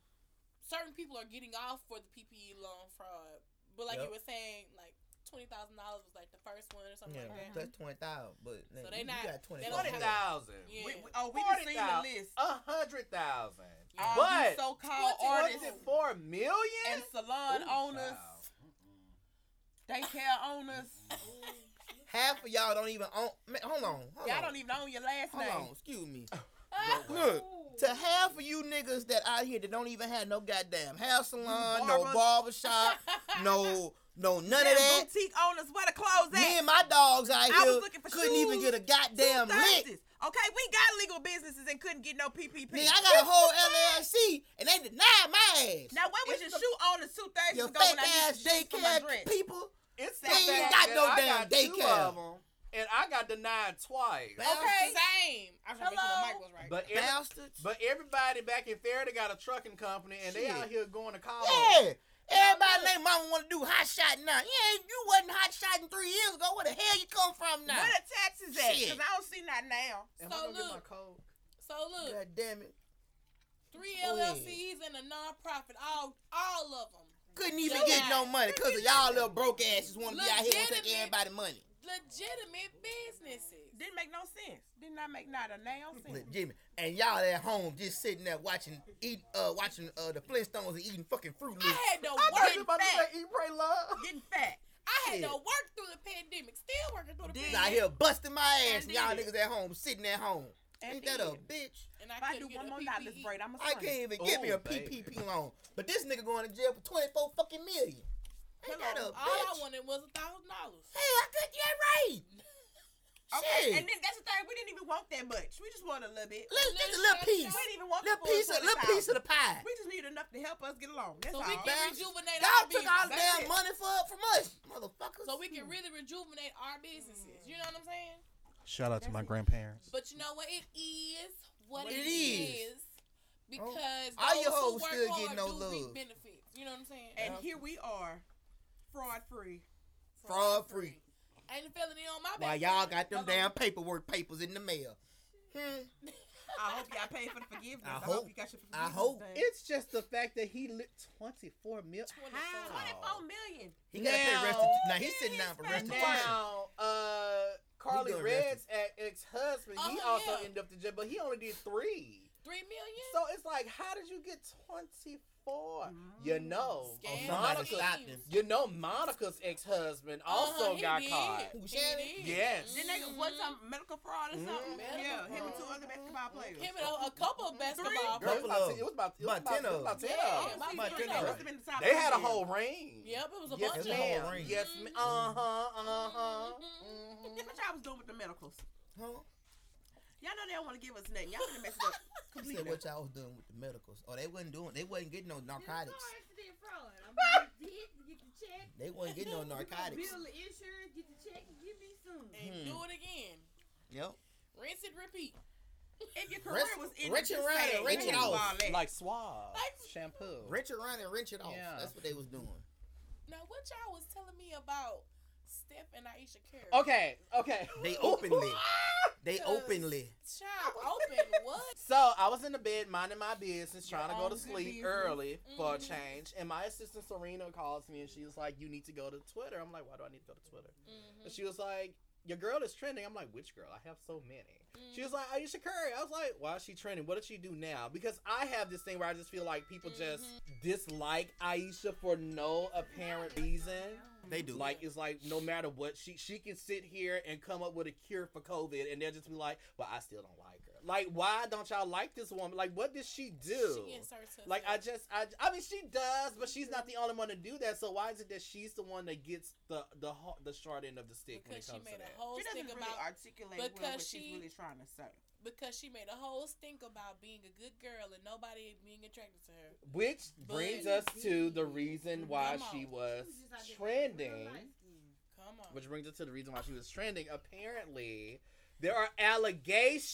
Speaker 1: Certain people are getting off for the PPE loan fraud, but like
Speaker 3: Yep.
Speaker 1: you were saying, like twenty thousand dollars was like the first one or something
Speaker 3: Yeah,
Speaker 1: like that.
Speaker 3: that's twenty thousand. But
Speaker 1: So
Speaker 3: nigga,
Speaker 1: they
Speaker 3: you
Speaker 1: not-
Speaker 3: got twenty
Speaker 1: they
Speaker 3: four
Speaker 1: don't
Speaker 3: mil.
Speaker 4: Twenty
Speaker 1: have-
Speaker 4: thousand.
Speaker 1: Yeah.
Speaker 2: We, we, oh, we can see the
Speaker 4: 40,000.
Speaker 2: list.
Speaker 4: A hundred thousand.
Speaker 2: All
Speaker 4: But
Speaker 2: you so-called
Speaker 4: What
Speaker 2: artists
Speaker 4: is it? Four million.
Speaker 2: and
Speaker 3: Oh,
Speaker 2: salon
Speaker 4: Ooh,
Speaker 2: owners,
Speaker 4: child. Mm-mm.
Speaker 2: daycare owners,
Speaker 3: Half of y'all don't even own. Man, hold on. Hold
Speaker 2: y'all
Speaker 3: on.
Speaker 2: don't even own your last
Speaker 3: hold on.
Speaker 2: name.
Speaker 3: Excuse me.
Speaker 1: Ah,
Speaker 3: Look. To half of you niggas that out here that don't even have no goddamn hair salon, no
Speaker 2: Barbers.
Speaker 3: barber shop, no no none of
Speaker 2: Damn
Speaker 3: that.
Speaker 2: boutique owners, where the clothes
Speaker 3: Me
Speaker 2: at?
Speaker 3: and my dogs out
Speaker 2: I was
Speaker 3: here
Speaker 2: looking for
Speaker 3: couldn't even
Speaker 2: shoes,
Speaker 3: get a goddamn lick.
Speaker 2: Thursdays. Okay, we got legal businesses and couldn't get no PPP.
Speaker 3: Nigga, I got a whole LLC and they denied my ass.
Speaker 2: Now, where was your shoe owners two Thursdays
Speaker 3: Your
Speaker 2: ago
Speaker 3: fake
Speaker 2: when I
Speaker 3: ass
Speaker 2: used to shoot for my
Speaker 3: daycare
Speaker 2: dress?
Speaker 3: people.
Speaker 4: It's
Speaker 2: They
Speaker 4: the
Speaker 2: ain't
Speaker 4: fact
Speaker 3: got
Speaker 4: that
Speaker 3: no
Speaker 4: I
Speaker 3: damn
Speaker 4: got two
Speaker 3: daycare.
Speaker 4: of 'em, and I got denied twice.
Speaker 3: Bastards.
Speaker 1: same. I was trying to make sure the mic
Speaker 2: Hello?
Speaker 1: was right.
Speaker 4: But every,
Speaker 3: Bastards.
Speaker 4: but everybody back in Florida got a trucking company, and they
Speaker 3: Shit.
Speaker 4: out here going to college.
Speaker 3: Yeah. Everybody name mama want to do hot shot now. Yeah, you wasn't hot shot in three years ago. Where the hell you come from now?
Speaker 2: Where the taxes at?
Speaker 3: Shit.
Speaker 2: Because I don't see not now.
Speaker 4: Am
Speaker 1: So
Speaker 4: I gonna get my
Speaker 1: look.
Speaker 4: coke?
Speaker 1: so look,
Speaker 3: God damn it.
Speaker 1: three
Speaker 3: Go ahead.
Speaker 1: LLCs and a nonprofit, all all of them.
Speaker 3: Couldn't even
Speaker 1: Yo,
Speaker 3: get
Speaker 1: I-
Speaker 3: no money because of y'all little broke asses want to be out here and take
Speaker 1: Legitimate.
Speaker 3: everybody money.
Speaker 1: legitimate businesses.
Speaker 2: Didn't make no sense. Did not make not a damn sense.
Speaker 3: Look, Jimmy, and y'all at home just sitting there watching, eat, uh, watching uh, the Flintstones and eating fucking Fruit
Speaker 1: I
Speaker 3: Loops.
Speaker 1: had to
Speaker 4: I thought you
Speaker 1: work.
Speaker 4: about to
Speaker 2: fat.
Speaker 4: say eat, pray, love.
Speaker 2: Getting fat.
Speaker 1: I had
Speaker 3: shit.
Speaker 1: to work through the pandemic. Still working through the
Speaker 2: Did-
Speaker 3: Niggas
Speaker 1: pandemic.
Speaker 3: out here busting my ass,
Speaker 2: And
Speaker 3: and y'all
Speaker 2: did.
Speaker 3: niggas at home sitting at home.
Speaker 2: And
Speaker 3: Ain't that
Speaker 2: did.
Speaker 3: a bitch?
Speaker 1: And I
Speaker 2: If I do
Speaker 1: couldn't get
Speaker 2: one
Speaker 1: a E.
Speaker 2: more
Speaker 1: PPE.
Speaker 2: knowledge braid, I'm a
Speaker 3: I can't even get me
Speaker 9: Oh,
Speaker 3: a
Speaker 9: baby.
Speaker 3: PPP loan, but this nigga going to jail for twenty four fucking million. Ain't that
Speaker 1: All
Speaker 3: a bitch?
Speaker 1: I wanted was a thousand dollars.
Speaker 3: Hey, I could yeah right.
Speaker 2: Okay,
Speaker 3: Shit.
Speaker 2: and then that's the thing. We didn't even want that much. We just want a little bit.
Speaker 3: Let's
Speaker 1: Let's
Speaker 3: just a little
Speaker 1: shut
Speaker 2: We
Speaker 3: piece,
Speaker 2: didn't even want the
Speaker 3: little
Speaker 2: full
Speaker 3: piece, of, little piece of the pie.
Speaker 2: 25,000. We just need enough to help us get along. That's
Speaker 1: So
Speaker 2: all.
Speaker 1: we can
Speaker 3: Bastards.
Speaker 1: rejuvenate our
Speaker 3: Y'all took all the
Speaker 1: business.
Speaker 2: That's
Speaker 3: damn
Speaker 2: it.
Speaker 3: money for from us, motherfuckers.
Speaker 1: So we can really rejuvenate our businesses. You know what I'm saying?
Speaker 9: Shout out
Speaker 2: to my
Speaker 9: grandparents.
Speaker 1: But you know what? It is what
Speaker 3: What
Speaker 1: it
Speaker 3: it
Speaker 1: is.
Speaker 3: is. Oh.
Speaker 1: Because
Speaker 3: All your
Speaker 1: those who
Speaker 3: hoes
Speaker 1: work
Speaker 3: still
Speaker 1: hard
Speaker 3: getting no
Speaker 1: do reap
Speaker 3: love.
Speaker 1: benefits. You know what I'm saying?
Speaker 2: and here we are, fraud free.
Speaker 3: fraud free.
Speaker 1: Ain't a felony on my back.
Speaker 3: While y'all got them
Speaker 1: Hello.
Speaker 3: damn paperwork papers in the mail. Hmm.
Speaker 2: I hope y'all paid for the forgiveness.
Speaker 3: I
Speaker 2: I, hope,
Speaker 3: hope-
Speaker 2: you got your forgiveness.
Speaker 3: I hope
Speaker 2: done.
Speaker 4: It's just the fact that he lit 24 mil.
Speaker 1: 24.
Speaker 4: How?
Speaker 2: 24 million.
Speaker 3: He got to pay
Speaker 4: Now-
Speaker 3: restitution. Now he's
Speaker 2: Ooh,
Speaker 3: sitting down for
Speaker 2: he's back
Speaker 3: restitution.
Speaker 4: Now, uh, Carly
Speaker 3: doing
Speaker 4: Red's ex husband, he
Speaker 1: Oh,
Speaker 4: also
Speaker 1: yeah.
Speaker 4: ended up the jail, but he only did three.
Speaker 1: Three million?
Speaker 4: So it's like, how did you get 24? You
Speaker 2: Mm.
Speaker 4: know,
Speaker 1: Scam
Speaker 3: Oh,
Speaker 4: Monica.
Speaker 3: somebody
Speaker 1: schemes.
Speaker 3: stopped him.
Speaker 4: You know, Monica's ex husband also
Speaker 1: Uh-huh, he
Speaker 4: got
Speaker 1: did.
Speaker 4: caught.
Speaker 3: Who,
Speaker 1: He
Speaker 3: Shannon?
Speaker 1: did. Mm-hmm.
Speaker 4: Yes.
Speaker 2: Then they got one time medical fraud or
Speaker 4: Mhm.
Speaker 2: something.
Speaker 1: Medical
Speaker 2: yeah, him and two
Speaker 1: fraud.
Speaker 2: other basketball players.
Speaker 1: Him and a, a couple of basketball
Speaker 4: Girl, it was
Speaker 1: players.
Speaker 3: Couple
Speaker 4: about-
Speaker 3: of
Speaker 4: it was about it was
Speaker 3: about
Speaker 4: about- it
Speaker 3: 10
Speaker 4: was about
Speaker 1: of
Speaker 4: 10
Speaker 1: them.
Speaker 4: of
Speaker 1: Yeah,
Speaker 4: them.
Speaker 1: about
Speaker 2: About
Speaker 3: ten
Speaker 2: three.
Speaker 3: of
Speaker 2: Must
Speaker 3: them.
Speaker 2: have been the top
Speaker 4: They had a
Speaker 2: ten.
Speaker 4: whole ring.
Speaker 1: Yep, it was a
Speaker 4: yes,
Speaker 1: bunch
Speaker 3: It's a
Speaker 1: of
Speaker 3: whole
Speaker 1: Mm-hmm.
Speaker 4: ma'am.
Speaker 3: ring.
Speaker 4: Yes, ma'am. Uh huh. Uh huh. Mm-hmm.
Speaker 2: What y'all was doing with the medicals?
Speaker 3: Huh?
Speaker 2: Y'all know they don't want to give us nothing. Y'all gonna mess it up
Speaker 3: He
Speaker 2: completely.
Speaker 3: said what y'all was doing with the medicals. Oh, they wasn't doing. They wasn't getting no narcotics.
Speaker 6: Accident fraud. I'm gonna get get the check.
Speaker 3: They wasn't getting no narcotics.
Speaker 6: Bill the insurance, get the check, and give me some.
Speaker 1: And
Speaker 3: Hmm.
Speaker 1: do it again.
Speaker 3: Yep.
Speaker 1: Rinse it, repeat.
Speaker 2: If your career
Speaker 3: Wrench-
Speaker 2: was in
Speaker 3: wrench it
Speaker 2: just
Speaker 3: around
Speaker 2: say,
Speaker 3: and wrench it
Speaker 2: you
Speaker 3: off.
Speaker 2: do all that.
Speaker 4: Like Suave
Speaker 1: Like-
Speaker 4: shampoo.
Speaker 3: Wrench it around and wrench it off.
Speaker 4: Yeah.
Speaker 3: That's what they was doing.
Speaker 1: Now, what y'all was telling me about Steph and Aisha Curry?
Speaker 4: Okay. Okay.
Speaker 3: They openly. They
Speaker 1: Cause-
Speaker 3: openly.
Speaker 1: Child, open what?
Speaker 4: So I was in the bed minding my business, trying to
Speaker 2: own
Speaker 4: go to
Speaker 2: good
Speaker 4: sleep
Speaker 2: business.
Speaker 4: early for a
Speaker 1: Mhm.
Speaker 4: change, and my assistant Serena calls me and she was like, "You need to go to Twitter." I'm like, "Why do I need to go to Twitter?"
Speaker 2: Mm-hmm.
Speaker 4: And she was like, "Your girl is trending." I'm like, "Which girl? I have so many."
Speaker 1: Mm-hmm.
Speaker 4: She was like, "Aisha Curry." I was like, "Why is she trending? What did she do now?" Because I have this thing where I just feel like people just dislike Aisha for no apparent reason.
Speaker 3: They do.
Speaker 4: Like it's like no matter what she she can sit here and come up with a cure for COVID and they'll just be like, well I still don't like her. Like why don't y'all like this woman? Like what did she do?
Speaker 1: She inserts herself.
Speaker 4: like I just I I mean she does, but she's not the only one to do that. So why is it that she's the one that gets the the ho- the short end of the stick
Speaker 1: because she
Speaker 4: when it comes
Speaker 1: made
Speaker 4: to that?
Speaker 1: a whole
Speaker 2: She
Speaker 1: stink
Speaker 2: doesn't really
Speaker 1: about
Speaker 2: articulate well
Speaker 1: because
Speaker 2: what she's
Speaker 1: she-
Speaker 2: really trying to say.
Speaker 1: because she made a whole stink about being a good girl and nobody being attracted to her.
Speaker 4: Which brings us to the reason why
Speaker 1: Come on.
Speaker 4: she was
Speaker 6: She was just out there being real
Speaker 4: trending.
Speaker 6: light-skinned.
Speaker 1: Come on.
Speaker 4: Which brings us to the reason why she was trending. Apparently, there are allegations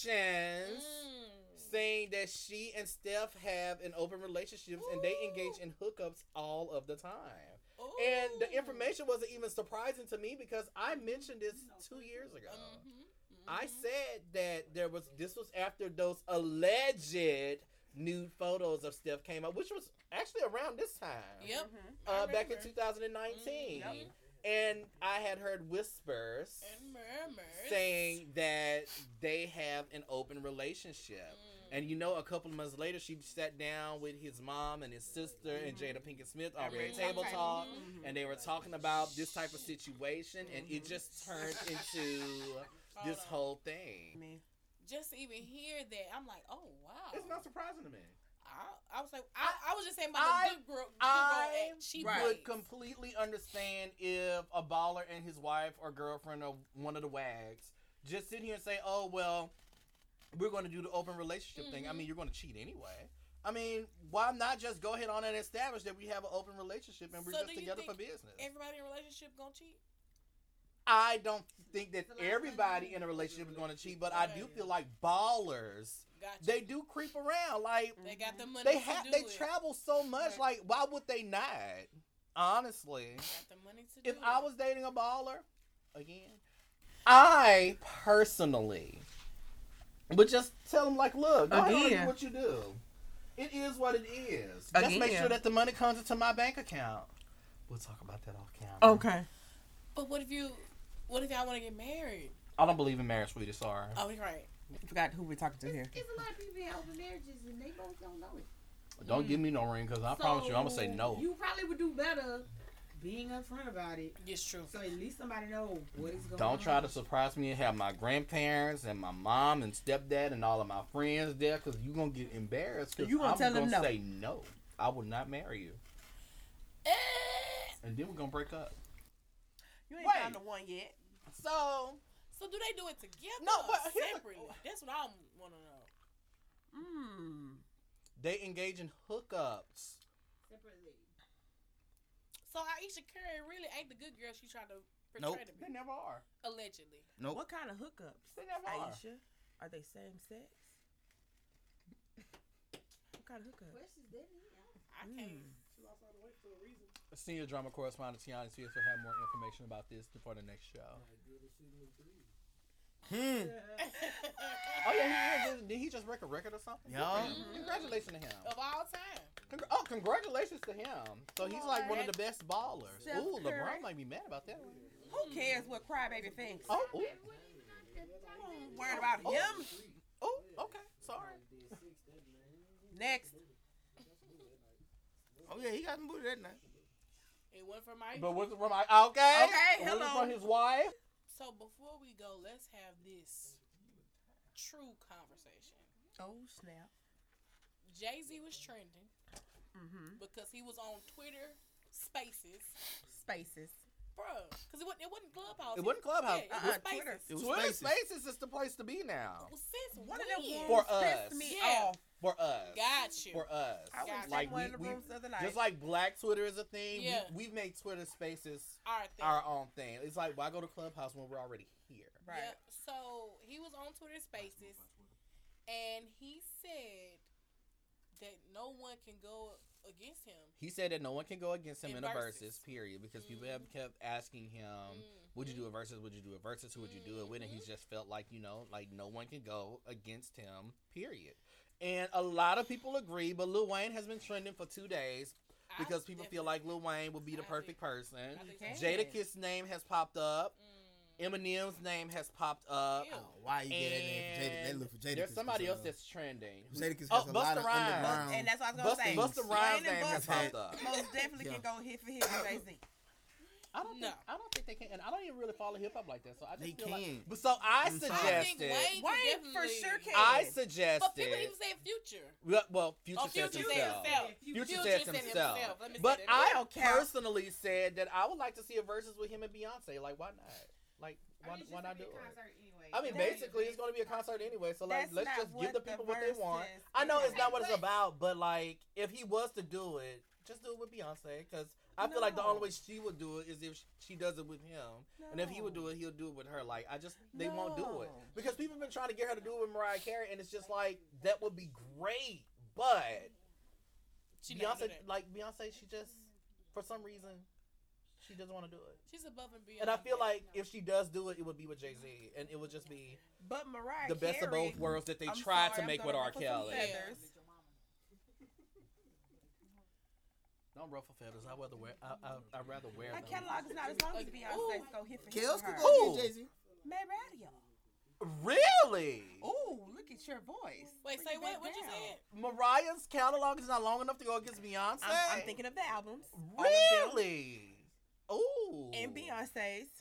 Speaker 1: Mm.
Speaker 4: saying that she and Steph have an open relationship and they engage in hookups all of the time. And the
Speaker 1: Ooh.
Speaker 4: information wasn't even surprising to me because I mentioned this two years ago.
Speaker 1: Mhm,
Speaker 4: I
Speaker 1: mhm.
Speaker 4: said that there was this was after those alleged nude photos of Steph came out, which was actually around this time.
Speaker 1: Yep.
Speaker 2: Mhm.
Speaker 1: I
Speaker 4: Uh, back in
Speaker 1: remember.
Speaker 4: 2019.
Speaker 1: Mm, yep.
Speaker 4: And I had heard whispers
Speaker 1: And murmurs.
Speaker 4: saying that they have an open relationship.
Speaker 1: Mm.
Speaker 4: And you know, a couple of months later, she sat down with his mom and his sister and
Speaker 2: Mhm.
Speaker 4: Jada Pinkett Smith on Red
Speaker 2: Mhm.
Speaker 4: Table
Speaker 2: Okay.
Speaker 4: Talk,
Speaker 2: Mhm.
Speaker 4: and they were talking about this type of situation, and it
Speaker 2: Mhm.
Speaker 4: just turned into
Speaker 1: Hold
Speaker 4: this
Speaker 1: on.
Speaker 4: whole thing.
Speaker 2: Man.
Speaker 1: Just to even hear that, I'm like, oh wow.
Speaker 4: It's not surprising to me.
Speaker 1: I, I was like, I, I was just saying about
Speaker 4: I-
Speaker 1: the good girl. Good girl
Speaker 4: I
Speaker 1: act. She
Speaker 2: Right.
Speaker 4: would
Speaker 1: would
Speaker 4: completely understand if a baller and his wife or girlfriend or one of the wags just sit here and say, "Oh well, we're going to do the open relationship thing." I
Speaker 1: Mhm.
Speaker 4: mean, you're going to cheat anyway. I mean, why not just go ahead on and establish that we have an open relationship and we're
Speaker 1: So do
Speaker 4: just
Speaker 1: you
Speaker 4: together
Speaker 1: think
Speaker 4: for business?
Speaker 1: Everybody in a relationship gonna cheat.
Speaker 4: I don't think that
Speaker 6: It's a lot of
Speaker 4: everybody
Speaker 6: money.
Speaker 4: in a relationship is going to cheat, but I do
Speaker 1: Yeah.
Speaker 4: feel like ballers
Speaker 1: Gotcha.
Speaker 4: they do creep around. Like
Speaker 1: They got the money.
Speaker 4: they
Speaker 1: to
Speaker 4: have,
Speaker 1: do
Speaker 4: they
Speaker 1: it.
Speaker 4: travel so much. Like, why would they not? Honestly.
Speaker 1: Got the money to
Speaker 4: if
Speaker 1: do
Speaker 4: I
Speaker 1: it.
Speaker 4: was dating a baller again, I personally would just tell him like, look, I already
Speaker 2: Again.
Speaker 4: do what you do. It is what it is. Just make
Speaker 2: Again.
Speaker 4: sure that the money comes into my bank account. We'll talk about that off camera.
Speaker 2: Okay.
Speaker 1: But what if you What if y'all want to get married?
Speaker 9: I don't believe in marriage, sweetie. Sorry.
Speaker 1: Oh, you're right.
Speaker 2: I forgot who we're talking to here.
Speaker 6: It's a lot of people in open marriages and they both don't know it.
Speaker 9: Don't give me no ring, cause I promise you, I'm gonna say no.
Speaker 6: You probably would do better being upfront about it.
Speaker 1: It's true.
Speaker 6: So at least somebody knows what is going on.
Speaker 9: Don't try to surprise me and have my grandparents and my mom and stepdad and all of my friends there, cause you gonna get embarrassed. Cause
Speaker 2: You gonna
Speaker 9: I'm
Speaker 2: tell
Speaker 9: gonna
Speaker 2: them no.
Speaker 9: say no. I will not marry you,
Speaker 1: Eh,
Speaker 9: and then we're gonna break up.
Speaker 2: You ain't
Speaker 4: Wait.
Speaker 2: found the one yet.
Speaker 1: so, so do they do it together?
Speaker 4: No,
Speaker 1: or
Speaker 4: but here's a-
Speaker 1: separately. That's what I want to know.
Speaker 2: Mm.
Speaker 4: They engage in hookups.
Speaker 6: Separately.
Speaker 1: So Aisha Curry really ain't the good girl she tried to portray
Speaker 3: Nope.
Speaker 1: to
Speaker 4: They
Speaker 1: be,
Speaker 4: never are.
Speaker 1: allegedly.
Speaker 3: Nope.
Speaker 2: What kind of hookups?
Speaker 4: They never are.
Speaker 2: Aisha, are they same sex? What kind of hookup? Hmm.
Speaker 6: Questions didn't he?
Speaker 1: I can't.
Speaker 9: Senior drama correspondent Tiana Sears will have more information about this for the next show.
Speaker 3: Hmm.
Speaker 4: Oh yeah, he is. Did he just wreck a record or something?
Speaker 3: Yeah.
Speaker 1: Mhm.
Speaker 4: Congratulations to him.
Speaker 1: Of all time.
Speaker 4: Congr- oh, congratulations to him. So he's like one of the best ballers.
Speaker 2: Steph
Speaker 4: Ooh,
Speaker 2: Curry.
Speaker 4: LeBron might be mad about that one.
Speaker 2: Who cares what crybaby thinks?
Speaker 4: Oh, ooh,
Speaker 2: I'm worried about
Speaker 4: Oh.
Speaker 2: him.
Speaker 4: ooh. Okay, sorry.
Speaker 2: Next.
Speaker 3: Oh yeah, he got some booty that night.
Speaker 1: It went for Mike.
Speaker 9: But what's from I okay?
Speaker 2: Okay,
Speaker 4: Was it
Speaker 2: hello.
Speaker 4: From his wife.
Speaker 1: so before we go, let's have this true conversation.
Speaker 2: Oh snap.
Speaker 1: Jay Z was trending
Speaker 2: Mm-hmm.
Speaker 1: because he was on Twitter Spaces,
Speaker 2: Spaces.
Speaker 1: bruh. Because it wasn't, it wasn't Clubhouse.
Speaker 4: It wasn't Clubhouse.
Speaker 1: Yeah, it
Speaker 2: Uh-uh,
Speaker 1: was Spaces.
Speaker 2: Twitter.
Speaker 3: It was
Speaker 4: Twitter
Speaker 3: spaces.
Speaker 4: Spaces is the place to be now.
Speaker 1: Well, since
Speaker 2: One
Speaker 1: when?
Speaker 2: of them ones
Speaker 4: For
Speaker 2: pissed
Speaker 4: us.
Speaker 2: me
Speaker 1: Yeah.
Speaker 2: off.
Speaker 4: For us.
Speaker 1: Got you.
Speaker 4: For us.
Speaker 2: I was
Speaker 1: Gotcha.
Speaker 2: in
Speaker 4: Like,
Speaker 2: one
Speaker 4: we-
Speaker 2: of the
Speaker 4: we-
Speaker 2: rooms the other night.
Speaker 4: Just like black Twitter is a thing,
Speaker 1: Yeah.
Speaker 4: we, we've made Twitter Spaces
Speaker 1: All right, then.
Speaker 4: our own thing. It's like, why go to Clubhouse when we're already here?
Speaker 2: right.
Speaker 1: Yeah, so he was on Twitter Spaces, and he said that no one can go against him.
Speaker 9: He said that no one can go against him
Speaker 1: In Mm-hmm.
Speaker 9: in, a
Speaker 1: verses.
Speaker 9: versus, period, because people have kept asking him,
Speaker 4: Um,
Speaker 1: Mm-hmm. Mm,
Speaker 9: "Would you do a versus? Would you do a versus? Who would you do it with?" And he's just felt like you know, like no one can go against him, period.
Speaker 4: And a lot of people agree, but Lil Wayne has been trending for two days
Speaker 1: I
Speaker 4: because people feel like Lil Wayne would be the
Speaker 1: I
Speaker 4: perfect person.
Speaker 1: definitely- I think so.
Speaker 2: Jay-
Speaker 4: Jada Kiss name has popped up.
Speaker 1: Mm.
Speaker 4: Eminem's name has popped up.
Speaker 1: Ew.
Speaker 3: Oh, why you get that name? Jada, that
Speaker 4: And
Speaker 3: look for Jada. uh,
Speaker 4: There's somebody else that's trending.
Speaker 3: Jadakiss has
Speaker 4: Oh,
Speaker 3: a
Speaker 4: Busta
Speaker 3: lot of
Speaker 4: Rhymes.
Speaker 3: underground.
Speaker 2: And that's what I was
Speaker 4: Busta,
Speaker 2: gonna say.
Speaker 4: Busta
Speaker 2: Wayne
Speaker 4: Rhymes'
Speaker 2: and
Speaker 4: name has
Speaker 2: Busta
Speaker 4: popped up.
Speaker 2: Most definitely
Speaker 3: Yeah.
Speaker 2: can go hit for hit with Jay Z.
Speaker 4: I don't
Speaker 1: No.
Speaker 4: think I don't think they can, and I don't even really follow hip hop like that. So I just
Speaker 3: They
Speaker 4: feel like-
Speaker 3: can.
Speaker 4: but so I
Speaker 3: I'm sorry. I
Speaker 1: I think
Speaker 4: suggested,
Speaker 1: Wayne, could
Speaker 2: Wayne for
Speaker 1: definitely-
Speaker 2: sure can.
Speaker 4: I
Speaker 1: But people
Speaker 2: But
Speaker 4: suggested,
Speaker 1: even say future.
Speaker 4: well, well, Future,
Speaker 1: Oh,
Speaker 4: says
Speaker 1: future said
Speaker 4: himself.
Speaker 1: himself.
Speaker 4: Future said himself.
Speaker 1: Let me
Speaker 4: But
Speaker 1: say that.
Speaker 4: I
Speaker 2: don't count.
Speaker 4: personally said that I would like to see a versus with him and Beyonce. Like, why not? Like, why, why not do it? I mean,
Speaker 2: That-
Speaker 4: basically, it's going to be a concert anyway. So like,
Speaker 2: That's
Speaker 4: let's
Speaker 2: not
Speaker 4: just give
Speaker 2: what
Speaker 4: the
Speaker 2: the
Speaker 4: people what they want.
Speaker 2: verse is.
Speaker 4: I know it's not what it's
Speaker 6: But-
Speaker 4: about, but like, if he was to do it, just do it with Beyonce, because I feel like the
Speaker 2: No.
Speaker 4: only way she would do it is if she does it with him, and if he would do it, he'll do it with her. Like, I just they won't do it
Speaker 2: No.
Speaker 4: because people have been trying to get her to do it with Mariah Carey, and it's just like that would be great, but
Speaker 1: she never
Speaker 4: Beyonce,
Speaker 1: did that.
Speaker 4: like Beyonce, she just for some reason she doesn't want to do it.
Speaker 1: She's above and beyond.
Speaker 4: And I feel
Speaker 1: that.
Speaker 4: like if she does do it, it would be with Jay Z, and it would just be
Speaker 2: But Mariah
Speaker 4: the best of
Speaker 2: Carey-
Speaker 4: both worlds that they
Speaker 2: I'm
Speaker 4: tried
Speaker 2: sorry,
Speaker 4: to
Speaker 2: I'm
Speaker 4: make
Speaker 2: gonna
Speaker 4: with R.
Speaker 2: ruffle some
Speaker 4: Kelly.
Speaker 1: feathers.
Speaker 4: Don't ruffle feathers. I rather wear. I, I, I'd rather wear
Speaker 2: Her
Speaker 4: them.
Speaker 2: catalog is not as long as
Speaker 1: Like,
Speaker 2: Beyonce's.
Speaker 1: ooh.
Speaker 2: Go hit for hit.
Speaker 3: Kels
Speaker 2: with
Speaker 3: could
Speaker 2: her.
Speaker 3: go
Speaker 4: Ooh.
Speaker 3: against Jay Z.
Speaker 2: Mad Radio.
Speaker 4: Really?
Speaker 2: Ooh, look at your voice.
Speaker 1: Wait,
Speaker 2: Bring
Speaker 1: say
Speaker 2: it
Speaker 1: what?
Speaker 2: back
Speaker 1: What you
Speaker 2: down.
Speaker 1: said?
Speaker 4: Mariah's catalog is not long enough to go against Beyonce.
Speaker 2: I'm, I'm thinking of the albums. all of them,
Speaker 4: Really? Ooh.
Speaker 2: And Beyonce's.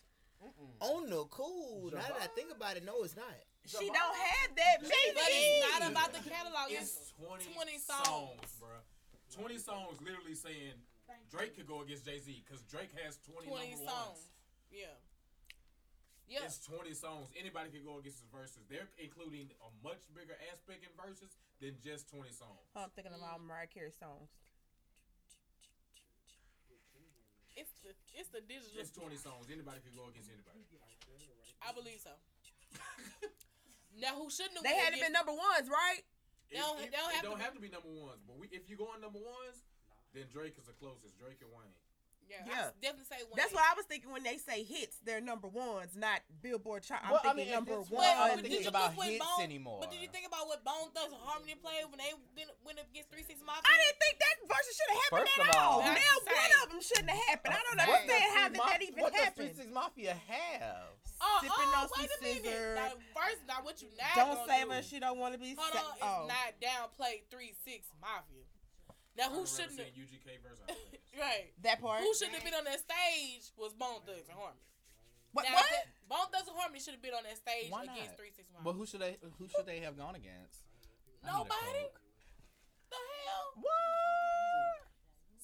Speaker 4: Mm-mm.
Speaker 3: On the cool. Now that I
Speaker 4: Javon.
Speaker 3: think about it, no, it's not.
Speaker 2: She don't have that
Speaker 1: But it's not
Speaker 2: many.
Speaker 1: about the catalog. It's
Speaker 7: It's 20,
Speaker 1: 20 songs.
Speaker 7: songs, bruh. 20 songs literally saying Drake could go against Jay Z because Drake has 20,
Speaker 1: 20
Speaker 7: number
Speaker 1: songs.
Speaker 7: ones.
Speaker 1: Yeah. Yeah.
Speaker 7: It's 20 songs. Anybody could go against his verses. They're including a much bigger aspect in verses than just 20 songs.
Speaker 2: Oh, I'm thinking of all Mariah Carey songs.
Speaker 1: It's the it's the digital.
Speaker 7: Just 20 songs. Anybody could go against anybody.
Speaker 1: I believe so. now who shouldn't have
Speaker 2: They
Speaker 1: went
Speaker 2: hadn't been
Speaker 1: against-
Speaker 2: number ones, right?
Speaker 1: They don't-
Speaker 7: If-
Speaker 1: they don't
Speaker 7: it
Speaker 1: have to
Speaker 7: don't
Speaker 1: be-
Speaker 7: have to be number ones. But we, if you go on number ones, then Drake is the closest. Drake and Wayne.
Speaker 1: Yeah, I
Speaker 2: Yeah.
Speaker 1: s- definitely say one.
Speaker 2: That's
Speaker 1: hit.
Speaker 2: what I was thinking when they say hits, they're number ones, not Billboard chart. I'm
Speaker 4: Well, I
Speaker 2: thinking
Speaker 4: mean,
Speaker 2: number
Speaker 4: it's-
Speaker 2: one.
Speaker 1: Well,
Speaker 9: I
Speaker 1: but
Speaker 9: don't
Speaker 1: did
Speaker 9: think it's
Speaker 1: you
Speaker 9: about
Speaker 1: think with
Speaker 9: hits
Speaker 1: Bone-
Speaker 9: anymore.
Speaker 1: But did you think about what Bone Thugs and Harmony played when they didn't went up against Three Six Mafia?
Speaker 2: I didn't think that version should have happened
Speaker 9: First
Speaker 2: at
Speaker 9: of all-
Speaker 2: all.
Speaker 1: That's
Speaker 2: Now one
Speaker 1: insane.
Speaker 2: of them shouldn't have happened. I
Speaker 1: What
Speaker 2: don't
Speaker 4: What
Speaker 2: understand
Speaker 4: does
Speaker 2: how
Speaker 4: Three
Speaker 2: did that
Speaker 4: Maf-
Speaker 2: even
Speaker 4: what does
Speaker 2: happen.
Speaker 4: Three Six Mafia have?
Speaker 1: Oh,
Speaker 2: Sipping
Speaker 1: oh
Speaker 2: on some
Speaker 1: wait a minute.
Speaker 2: scissor.
Speaker 1: Now, first, now what you not
Speaker 2: Don't
Speaker 1: gonna
Speaker 2: save
Speaker 1: do-
Speaker 2: her. She don't want to be.
Speaker 1: Hold
Speaker 2: sa-
Speaker 1: on, it's
Speaker 2: oh.
Speaker 1: not downplay Three Six Mafia. Now who
Speaker 7: I'd rather
Speaker 1: shouldn't
Speaker 7: say
Speaker 1: have?
Speaker 7: UGK versus Outkast.
Speaker 1: Right.
Speaker 2: that part.
Speaker 1: Who should have been on that stage was Bone Thugs and Harmony.
Speaker 2: what?
Speaker 1: Now,
Speaker 2: what?
Speaker 1: that- Bone Thugs and Harmony should have been on that stage
Speaker 9: Why
Speaker 1: against
Speaker 9: not?
Speaker 1: Three Six Mafia.
Speaker 9: But who should they who should they have gone against? I need a
Speaker 1: Nobody.
Speaker 9: Coke.
Speaker 1: The hell?
Speaker 2: What?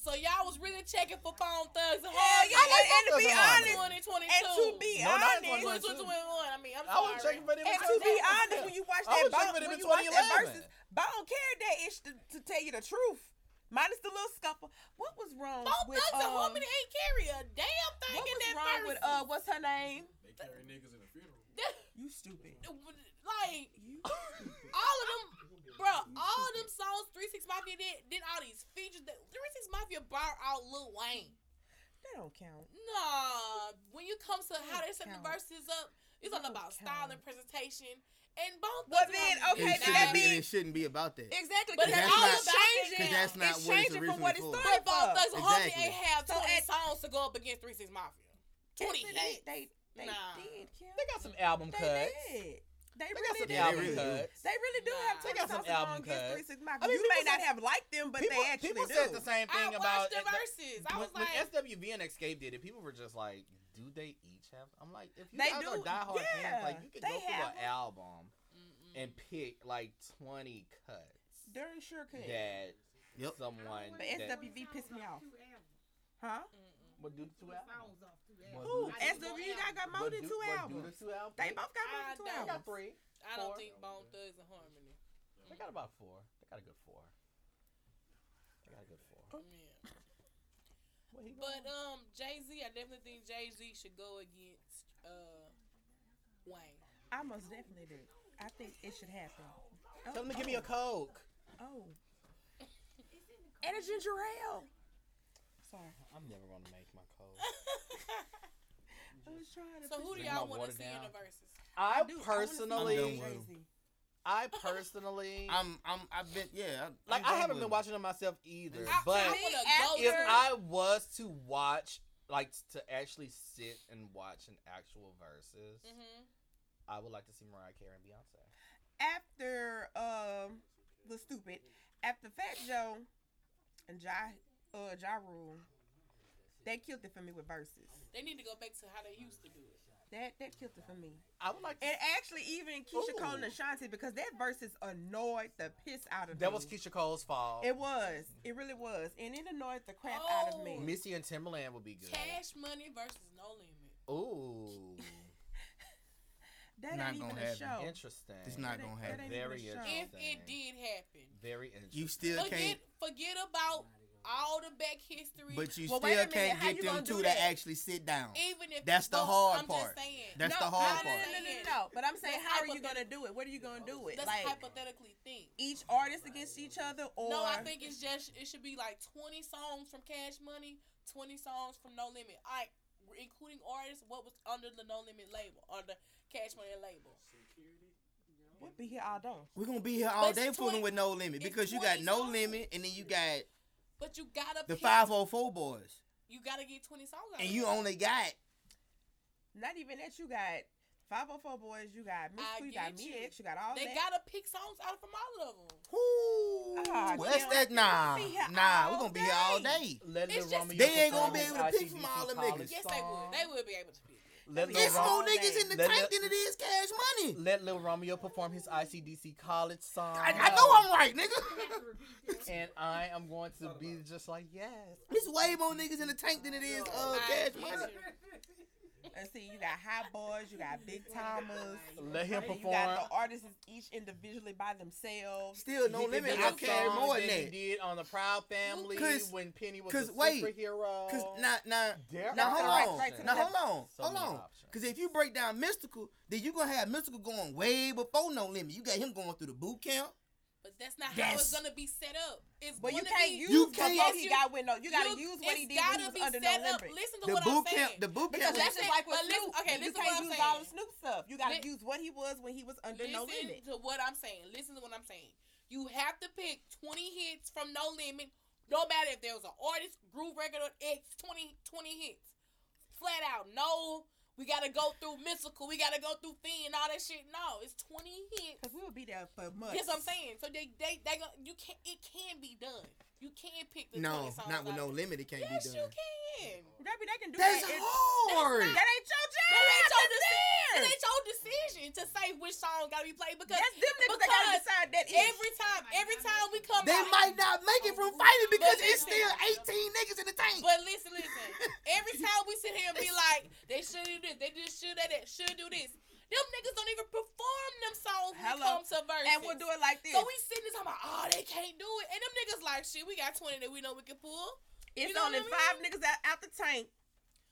Speaker 1: So y'all was really checking for Bone Thugs and
Speaker 2: Hell
Speaker 1: Harmony.
Speaker 2: yeah! And, and to be
Speaker 4: Those are
Speaker 2: honest,
Speaker 1: Twenty twenty
Speaker 2: and to
Speaker 1: two.
Speaker 2: be
Speaker 4: No, not
Speaker 2: honest,
Speaker 1: 2021.
Speaker 4: 2022.
Speaker 1: I mean, I'm
Speaker 4: I
Speaker 1: sorry.
Speaker 4: was checking for them. in
Speaker 2: and to be
Speaker 4: 2011.
Speaker 2: honest, when you watch
Speaker 4: I
Speaker 2: that,
Speaker 4: was checking
Speaker 2: Bone,
Speaker 4: for them
Speaker 2: when
Speaker 4: in
Speaker 2: you watch that
Speaker 4: 2011.
Speaker 2: versus, Bone carried that ish to, to tell you the truth. Minus the little scuffle. What was wrong
Speaker 1: Both
Speaker 2: with
Speaker 1: thugs and
Speaker 2: um,
Speaker 1: women ain't carry a damn thing in
Speaker 2: What was
Speaker 1: that
Speaker 2: wrong
Speaker 1: verse.
Speaker 2: with uh? What's her name?
Speaker 7: They carry niggas in the funeral.
Speaker 2: You stupid.
Speaker 1: like
Speaker 2: You.
Speaker 1: all of them, bro. All them songs, Three Six Mafia did, did all these features. That, Three Six Mafia borrowed out Lil Wayne.
Speaker 2: That don't count.
Speaker 1: Nah, when you comes to how they set the
Speaker 2: Count.
Speaker 1: verses up, it's all
Speaker 2: Don't
Speaker 1: about
Speaker 2: count.
Speaker 1: style and presentation. And both
Speaker 2: Well,
Speaker 1: Thugs and
Speaker 2: then,
Speaker 1: Harmony
Speaker 2: okay,
Speaker 1: did
Speaker 3: it,
Speaker 2: now
Speaker 1: that.
Speaker 3: shouldn't
Speaker 2: that
Speaker 3: be, and
Speaker 2: means-
Speaker 3: it shouldn't be about that.
Speaker 2: Exactly.
Speaker 1: But
Speaker 2: Cause
Speaker 3: that's
Speaker 1: it's all
Speaker 3: not-
Speaker 1: changing.
Speaker 3: Because that's not what
Speaker 2: it's
Speaker 3: it's
Speaker 2: changing from
Speaker 3: originally
Speaker 2: what it
Speaker 3: for.
Speaker 2: started
Speaker 1: but both
Speaker 2: for.
Speaker 1: thugs and Harmony
Speaker 3: Exactly.
Speaker 1: ain't have
Speaker 2: So
Speaker 1: twenty
Speaker 2: at-
Speaker 1: songs to go up against Three Six Mafia. Twenty
Speaker 2: They,
Speaker 1: hits.
Speaker 2: they, they
Speaker 1: Nah.
Speaker 2: did, Kim.
Speaker 9: They got some album
Speaker 2: They
Speaker 9: cuts.
Speaker 2: did. They
Speaker 9: They got
Speaker 2: really
Speaker 9: some
Speaker 2: did.
Speaker 3: Yeah, they
Speaker 9: album
Speaker 3: really do.
Speaker 9: cuts.
Speaker 2: They really do
Speaker 1: Nah.
Speaker 2: have
Speaker 1: They
Speaker 2: twenty
Speaker 9: got some
Speaker 2: songs
Speaker 9: album
Speaker 2: along against
Speaker 9: cuts.
Speaker 2: Three Six Mafia.
Speaker 4: I mean,
Speaker 2: you may
Speaker 4: people
Speaker 2: not have liked them, but
Speaker 4: people,
Speaker 2: they actually
Speaker 4: people
Speaker 2: do.
Speaker 4: said the same
Speaker 1: I
Speaker 4: thing about
Speaker 1: watched the
Speaker 9: it- that-
Speaker 1: verses. I was
Speaker 9: when,
Speaker 1: like,
Speaker 9: when SWV and Escape did it, people were just like, "Do they each have?" I'm like, if you
Speaker 2: They
Speaker 9: guys
Speaker 2: do,
Speaker 9: are diehard
Speaker 2: yeah,
Speaker 9: fans, like you could
Speaker 2: they
Speaker 9: go through
Speaker 2: have
Speaker 9: an
Speaker 2: 'em. Mm.
Speaker 9: album
Speaker 1: Mm-mm.
Speaker 9: and pick like 20 cuts
Speaker 2: Darn sure could.
Speaker 9: that
Speaker 3: Yep.
Speaker 9: someone
Speaker 2: But
Speaker 9: that,
Speaker 2: SW SWV pissed me off. Huh?
Speaker 1: Mm-mm.
Speaker 9: would do the two albums.
Speaker 2: Who?
Speaker 9: Who?
Speaker 2: SWV got, got more
Speaker 9: Would
Speaker 2: than
Speaker 9: do-
Speaker 2: two
Speaker 9: would do
Speaker 2: albums.
Speaker 9: the two albums.
Speaker 2: They both got more
Speaker 1: I
Speaker 2: than two
Speaker 1: don't-
Speaker 9: They
Speaker 2: albums.
Speaker 9: got three.
Speaker 1: I don't
Speaker 9: Four.
Speaker 1: think Bone Thugs and Harmony.
Speaker 9: They got about four. They got a good four. They got a good four.
Speaker 1: Yeah.
Speaker 9: What he
Speaker 1: But um, Jay Z, I definitely think Jay Z should go against uh Wayne.
Speaker 2: I most definitely do. I think it should happen. Oh,
Speaker 4: Tell them to give me a coke.
Speaker 2: Oh. And a ginger ale. Sorry.
Speaker 9: I'm never gonna make my code.
Speaker 2: I was trying to.
Speaker 1: so who do
Speaker 9: Bring
Speaker 1: y'all
Speaker 9: my
Speaker 1: want
Speaker 9: water
Speaker 1: to see in
Speaker 9: down.
Speaker 1: the verses?
Speaker 4: I
Speaker 2: do. I wanna see
Speaker 3: I'm done
Speaker 4: personally,
Speaker 3: with-
Speaker 4: I personally,
Speaker 3: I'm, I'm, I've been, yeah. I'm
Speaker 4: like,
Speaker 3: done
Speaker 4: I haven't
Speaker 3: with
Speaker 4: been
Speaker 3: it.
Speaker 4: watching it myself either.
Speaker 1: I-
Speaker 4: But
Speaker 1: I wanna go
Speaker 4: if
Speaker 1: there.
Speaker 4: I was to watch, like, to actually sit and watch an actual versus,
Speaker 1: Mhm.
Speaker 4: I would like to see Mariah Carey and Beyonce.
Speaker 2: after um the stupid after Fat Joe and Ja uh Ja Rule, that killed it for me with verses.
Speaker 1: They need to go back to how they used to do it.
Speaker 2: That that killed it for me.
Speaker 4: I would like to.
Speaker 2: And actually even Keisha Cole and Ashanti because that verses annoyed the piss out of me.
Speaker 4: that was Keisha Cole's fault.
Speaker 2: It was. It really was. And it annoyed the crap out of me.
Speaker 1: Oh.
Speaker 4: Missy and Timberland would be good.
Speaker 1: Cash Money versus No Limit.
Speaker 4: Ooh,
Speaker 2: That
Speaker 3: Not
Speaker 2: ain't even
Speaker 3: gonna
Speaker 2: a
Speaker 3: happen.
Speaker 2: show.
Speaker 4: interesting.
Speaker 3: It's not
Speaker 2: That
Speaker 3: gonna
Speaker 2: ain't- that
Speaker 3: happen.
Speaker 2: ain't
Speaker 4: Very
Speaker 2: even a show.
Speaker 1: If
Speaker 4: Interesting.
Speaker 1: it did happen,
Speaker 4: Very interesting.
Speaker 3: You still
Speaker 1: forget
Speaker 3: can't,
Speaker 1: forget about all the back history.
Speaker 3: but you
Speaker 2: Well, wait a
Speaker 3: still
Speaker 2: minute,
Speaker 3: can't
Speaker 2: how you
Speaker 3: get them
Speaker 2: gonna do
Speaker 3: two to
Speaker 2: that?
Speaker 3: actually sit down.
Speaker 1: even if
Speaker 3: That's the
Speaker 1: but
Speaker 3: hard
Speaker 1: I'm
Speaker 3: part.
Speaker 1: Just saying,
Speaker 3: That's
Speaker 2: no,
Speaker 3: the hard
Speaker 2: no, no,
Speaker 3: part.
Speaker 2: No, no, no, no, But I'm saying,
Speaker 1: Let's
Speaker 2: how are you gonna
Speaker 1: hypothet-
Speaker 2: do it? What are you gonna do it?
Speaker 1: let's
Speaker 2: Like
Speaker 1: hypothetically think.
Speaker 2: each artist against each other, or
Speaker 1: No, I think it's just it should be like twenty songs from Cash Money, twenty songs from No Limit. I including artists what was under the No Limit label, under Cash Money label.
Speaker 2: we'll be here all day.
Speaker 3: We're gonna be here all
Speaker 1: it's
Speaker 3: day
Speaker 1: twen-
Speaker 3: fooling with no limit
Speaker 1: it's
Speaker 3: because you got
Speaker 1: 20
Speaker 3: no
Speaker 1: songs.
Speaker 3: limit, and then you got
Speaker 1: But you gotta
Speaker 3: the
Speaker 1: pick-
Speaker 3: five hundred four boys,
Speaker 1: You gotta get twenty songs. Out
Speaker 3: and
Speaker 1: of
Speaker 3: you
Speaker 1: it.
Speaker 3: only got
Speaker 2: Not even that. You got 504 boys. You got Miss
Speaker 1: I
Speaker 2: Sweet. You got
Speaker 1: get
Speaker 2: me.
Speaker 1: you.
Speaker 2: X, You got all
Speaker 1: they
Speaker 2: that.
Speaker 1: gotta pick songs out from all of them.
Speaker 3: who?
Speaker 2: Ah,
Speaker 3: that's
Speaker 2: damn,
Speaker 3: that.
Speaker 2: we
Speaker 3: Nah,
Speaker 2: gonna be here
Speaker 3: nah.
Speaker 2: all
Speaker 3: We're gonna be here all day.
Speaker 4: Let
Speaker 1: It's
Speaker 4: Lil
Speaker 1: just-
Speaker 4: Romeo
Speaker 1: They
Speaker 3: ain't gonna
Speaker 4: perform
Speaker 3: be
Speaker 4: his
Speaker 3: able to pick from
Speaker 4: ICDC
Speaker 3: all them
Speaker 4: college
Speaker 3: niggas.
Speaker 1: Yes, they would.
Speaker 4: song.
Speaker 1: They would be able to pick. it.
Speaker 4: Let Lil,
Speaker 3: It's more
Speaker 4: Rom-
Speaker 2: Romeo-
Speaker 3: niggas in the
Speaker 4: Let
Speaker 3: tank
Speaker 4: the-
Speaker 3: than it is cash money.
Speaker 4: let Lil Romeo perform his ICDC college song.
Speaker 3: I, I know I'm right, nigga.
Speaker 4: And I am going to be just like, yes.
Speaker 3: It's way more niggas in the tank than it is uh,
Speaker 1: I
Speaker 3: cash
Speaker 1: get
Speaker 3: money.
Speaker 1: you.
Speaker 2: And see, you got high boys. You got big timers.
Speaker 4: Let him
Speaker 2: You
Speaker 4: perform.
Speaker 2: got the artists is each individually by themselves.
Speaker 3: Still no
Speaker 4: He can
Speaker 3: limit.
Speaker 4: do
Speaker 3: I
Speaker 4: the
Speaker 3: carry
Speaker 4: song
Speaker 3: more than
Speaker 4: He
Speaker 3: that.
Speaker 4: did on the Proud Family
Speaker 3: 'Cause-
Speaker 4: when Penny was a
Speaker 3: 'cause wait,
Speaker 4: superhero.
Speaker 3: Cause now, now,
Speaker 4: There
Speaker 3: now
Speaker 4: are
Speaker 3: hold on.
Speaker 4: options.
Speaker 3: Now hold
Speaker 4: So
Speaker 3: on, hold
Speaker 4: many
Speaker 3: on.
Speaker 4: options.
Speaker 3: Cause if you break down mystical, then you gonna have mystical going way before no limit. You got him going through the boot camp.
Speaker 1: But that's not how
Speaker 3: That's-
Speaker 1: it's gonna be set up. It's
Speaker 2: But you
Speaker 1: gonna be,
Speaker 2: can't use
Speaker 3: You
Speaker 2: what
Speaker 3: can't-
Speaker 2: he got with no. You gotta use what he
Speaker 1: it's
Speaker 2: did when he
Speaker 1: gotta
Speaker 2: was
Speaker 1: be
Speaker 2: under no
Speaker 1: set up.
Speaker 2: limit.
Speaker 1: Listen to
Speaker 3: The
Speaker 1: what
Speaker 3: boot
Speaker 1: I'm saying.
Speaker 3: camp. The boot
Speaker 2: Because
Speaker 3: camp.
Speaker 1: Listen,
Speaker 2: that's just like with
Speaker 1: but listen-
Speaker 2: Snoop.
Speaker 1: okay,
Speaker 2: you
Speaker 1: listen to
Speaker 2: can't
Speaker 1: what I'm
Speaker 2: use all
Speaker 1: saying.
Speaker 2: the Snoop stuff. You gotta
Speaker 1: Li-
Speaker 2: use what he was when he was under
Speaker 1: Listen
Speaker 2: no limit.
Speaker 1: to what I'm saying. Listen to what I'm saying. You have to pick 20 hits from No Limit. No matter if there was an artist, group record, or it's 20, 20 hits. Flat out. No, we got to go through Mystical. We got to go through Fiend and all that shit. No, it's 20 hits.
Speaker 2: Cause we would be there for months.
Speaker 1: That's what I'm saying. So they, they, they, gon- you can It can be done. You can pick the 20
Speaker 3: no,
Speaker 1: songs.
Speaker 3: not with
Speaker 1: out
Speaker 3: no
Speaker 1: there.
Speaker 3: limit. It can't
Speaker 1: Yes,
Speaker 3: be
Speaker 1: you
Speaker 3: done.
Speaker 1: can.
Speaker 2: Debbie, they can do
Speaker 3: That's
Speaker 2: that. It-
Speaker 3: hard.
Speaker 2: That ain't your job.
Speaker 1: That ain't your
Speaker 2: That's
Speaker 1: decision. It
Speaker 2: theirs.
Speaker 1: ain't your decision to say which song got to be played because
Speaker 2: That's them niggas that gotta
Speaker 1: because
Speaker 2: decide that is.
Speaker 1: every time, every time we come
Speaker 3: They
Speaker 1: out,
Speaker 3: might not make it from fighting because
Speaker 1: But
Speaker 3: it's
Speaker 1: listen.
Speaker 3: still 18 niggas in the tank.
Speaker 1: But listen, listen. Every time we sit here and be like, they should do this, they just should do that, should do this. Them niggas don't even perform them songs when it
Speaker 2: Hello.
Speaker 1: comes to verses.
Speaker 2: and we'll do it like this.
Speaker 1: So we sitting there talking about, oh, they can't do it. And them niggas like, shit, we got 20 that we know we can pull. you
Speaker 2: it's
Speaker 1: know
Speaker 2: only
Speaker 1: what I
Speaker 2: five niggas out, out the tank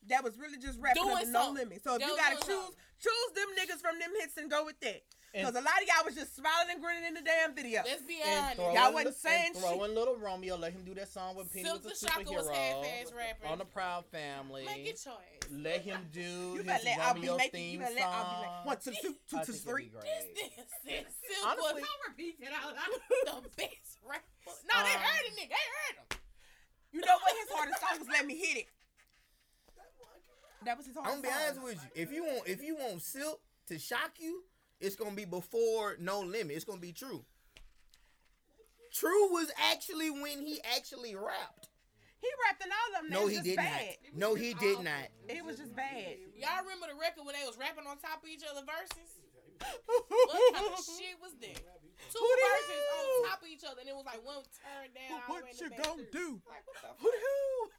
Speaker 2: that was really just rapping
Speaker 1: Doing
Speaker 2: under no
Speaker 1: something.
Speaker 2: limit. So
Speaker 1: They
Speaker 2: if you
Speaker 1: was
Speaker 2: gotta
Speaker 1: doing
Speaker 2: choose, choose them niggas from them hits and go with that.
Speaker 4: And-
Speaker 2: Cause a lot of y'all was just smiling and grinning in the damn video.
Speaker 1: Let's be
Speaker 4: And
Speaker 1: honest.
Speaker 4: throwing,
Speaker 2: Y'all wasn't saying
Speaker 4: and throwing little Romeo, let him do that song with Penny
Speaker 1: Silk the
Speaker 4: was a
Speaker 1: Shocker was half ass
Speaker 4: superhero
Speaker 1: rapping.
Speaker 4: on the Proud Family.
Speaker 1: Make it choice.
Speaker 4: Let him do
Speaker 2: You
Speaker 4: his
Speaker 2: better let I be
Speaker 4: Romeo
Speaker 2: making. You
Speaker 4: theme
Speaker 2: better let I be like
Speaker 4: song.
Speaker 2: one, two, two, two,
Speaker 4: I
Speaker 2: two,
Speaker 4: think it'd be
Speaker 2: three.
Speaker 1: This
Speaker 4: great.
Speaker 1: nigga said Silk
Speaker 4: Honestly-
Speaker 1: was
Speaker 6: Don't repeat it out loud.
Speaker 1: the best rapper. No, they
Speaker 4: Um,
Speaker 1: heard it, nigga. They heard him.
Speaker 2: You know what? His hardest song was "Let Me Hit It." That was his
Speaker 3: I'm gonna
Speaker 2: hardest
Speaker 3: be honest
Speaker 2: song.
Speaker 3: with you. If you want, if you want Silk to shock you, it's gonna be before No Limit. It's gonna be True. True was actually when he actually rapped.
Speaker 2: He rapped in all of them.
Speaker 3: No, he
Speaker 2: just
Speaker 3: did
Speaker 2: bad.
Speaker 3: not. No, he did not.
Speaker 2: It was just bad.
Speaker 1: Y'all remember the record when they was rapping on top of each other verses? What kind of shit was that? Two
Speaker 2: Who the
Speaker 1: verses
Speaker 2: hell?
Speaker 1: on top of each other, and it was like one turned down. all the
Speaker 2: what
Speaker 1: way in the
Speaker 2: you
Speaker 1: back.
Speaker 2: gonna do?
Speaker 1: Like, what the
Speaker 2: Who
Speaker 1: fuck?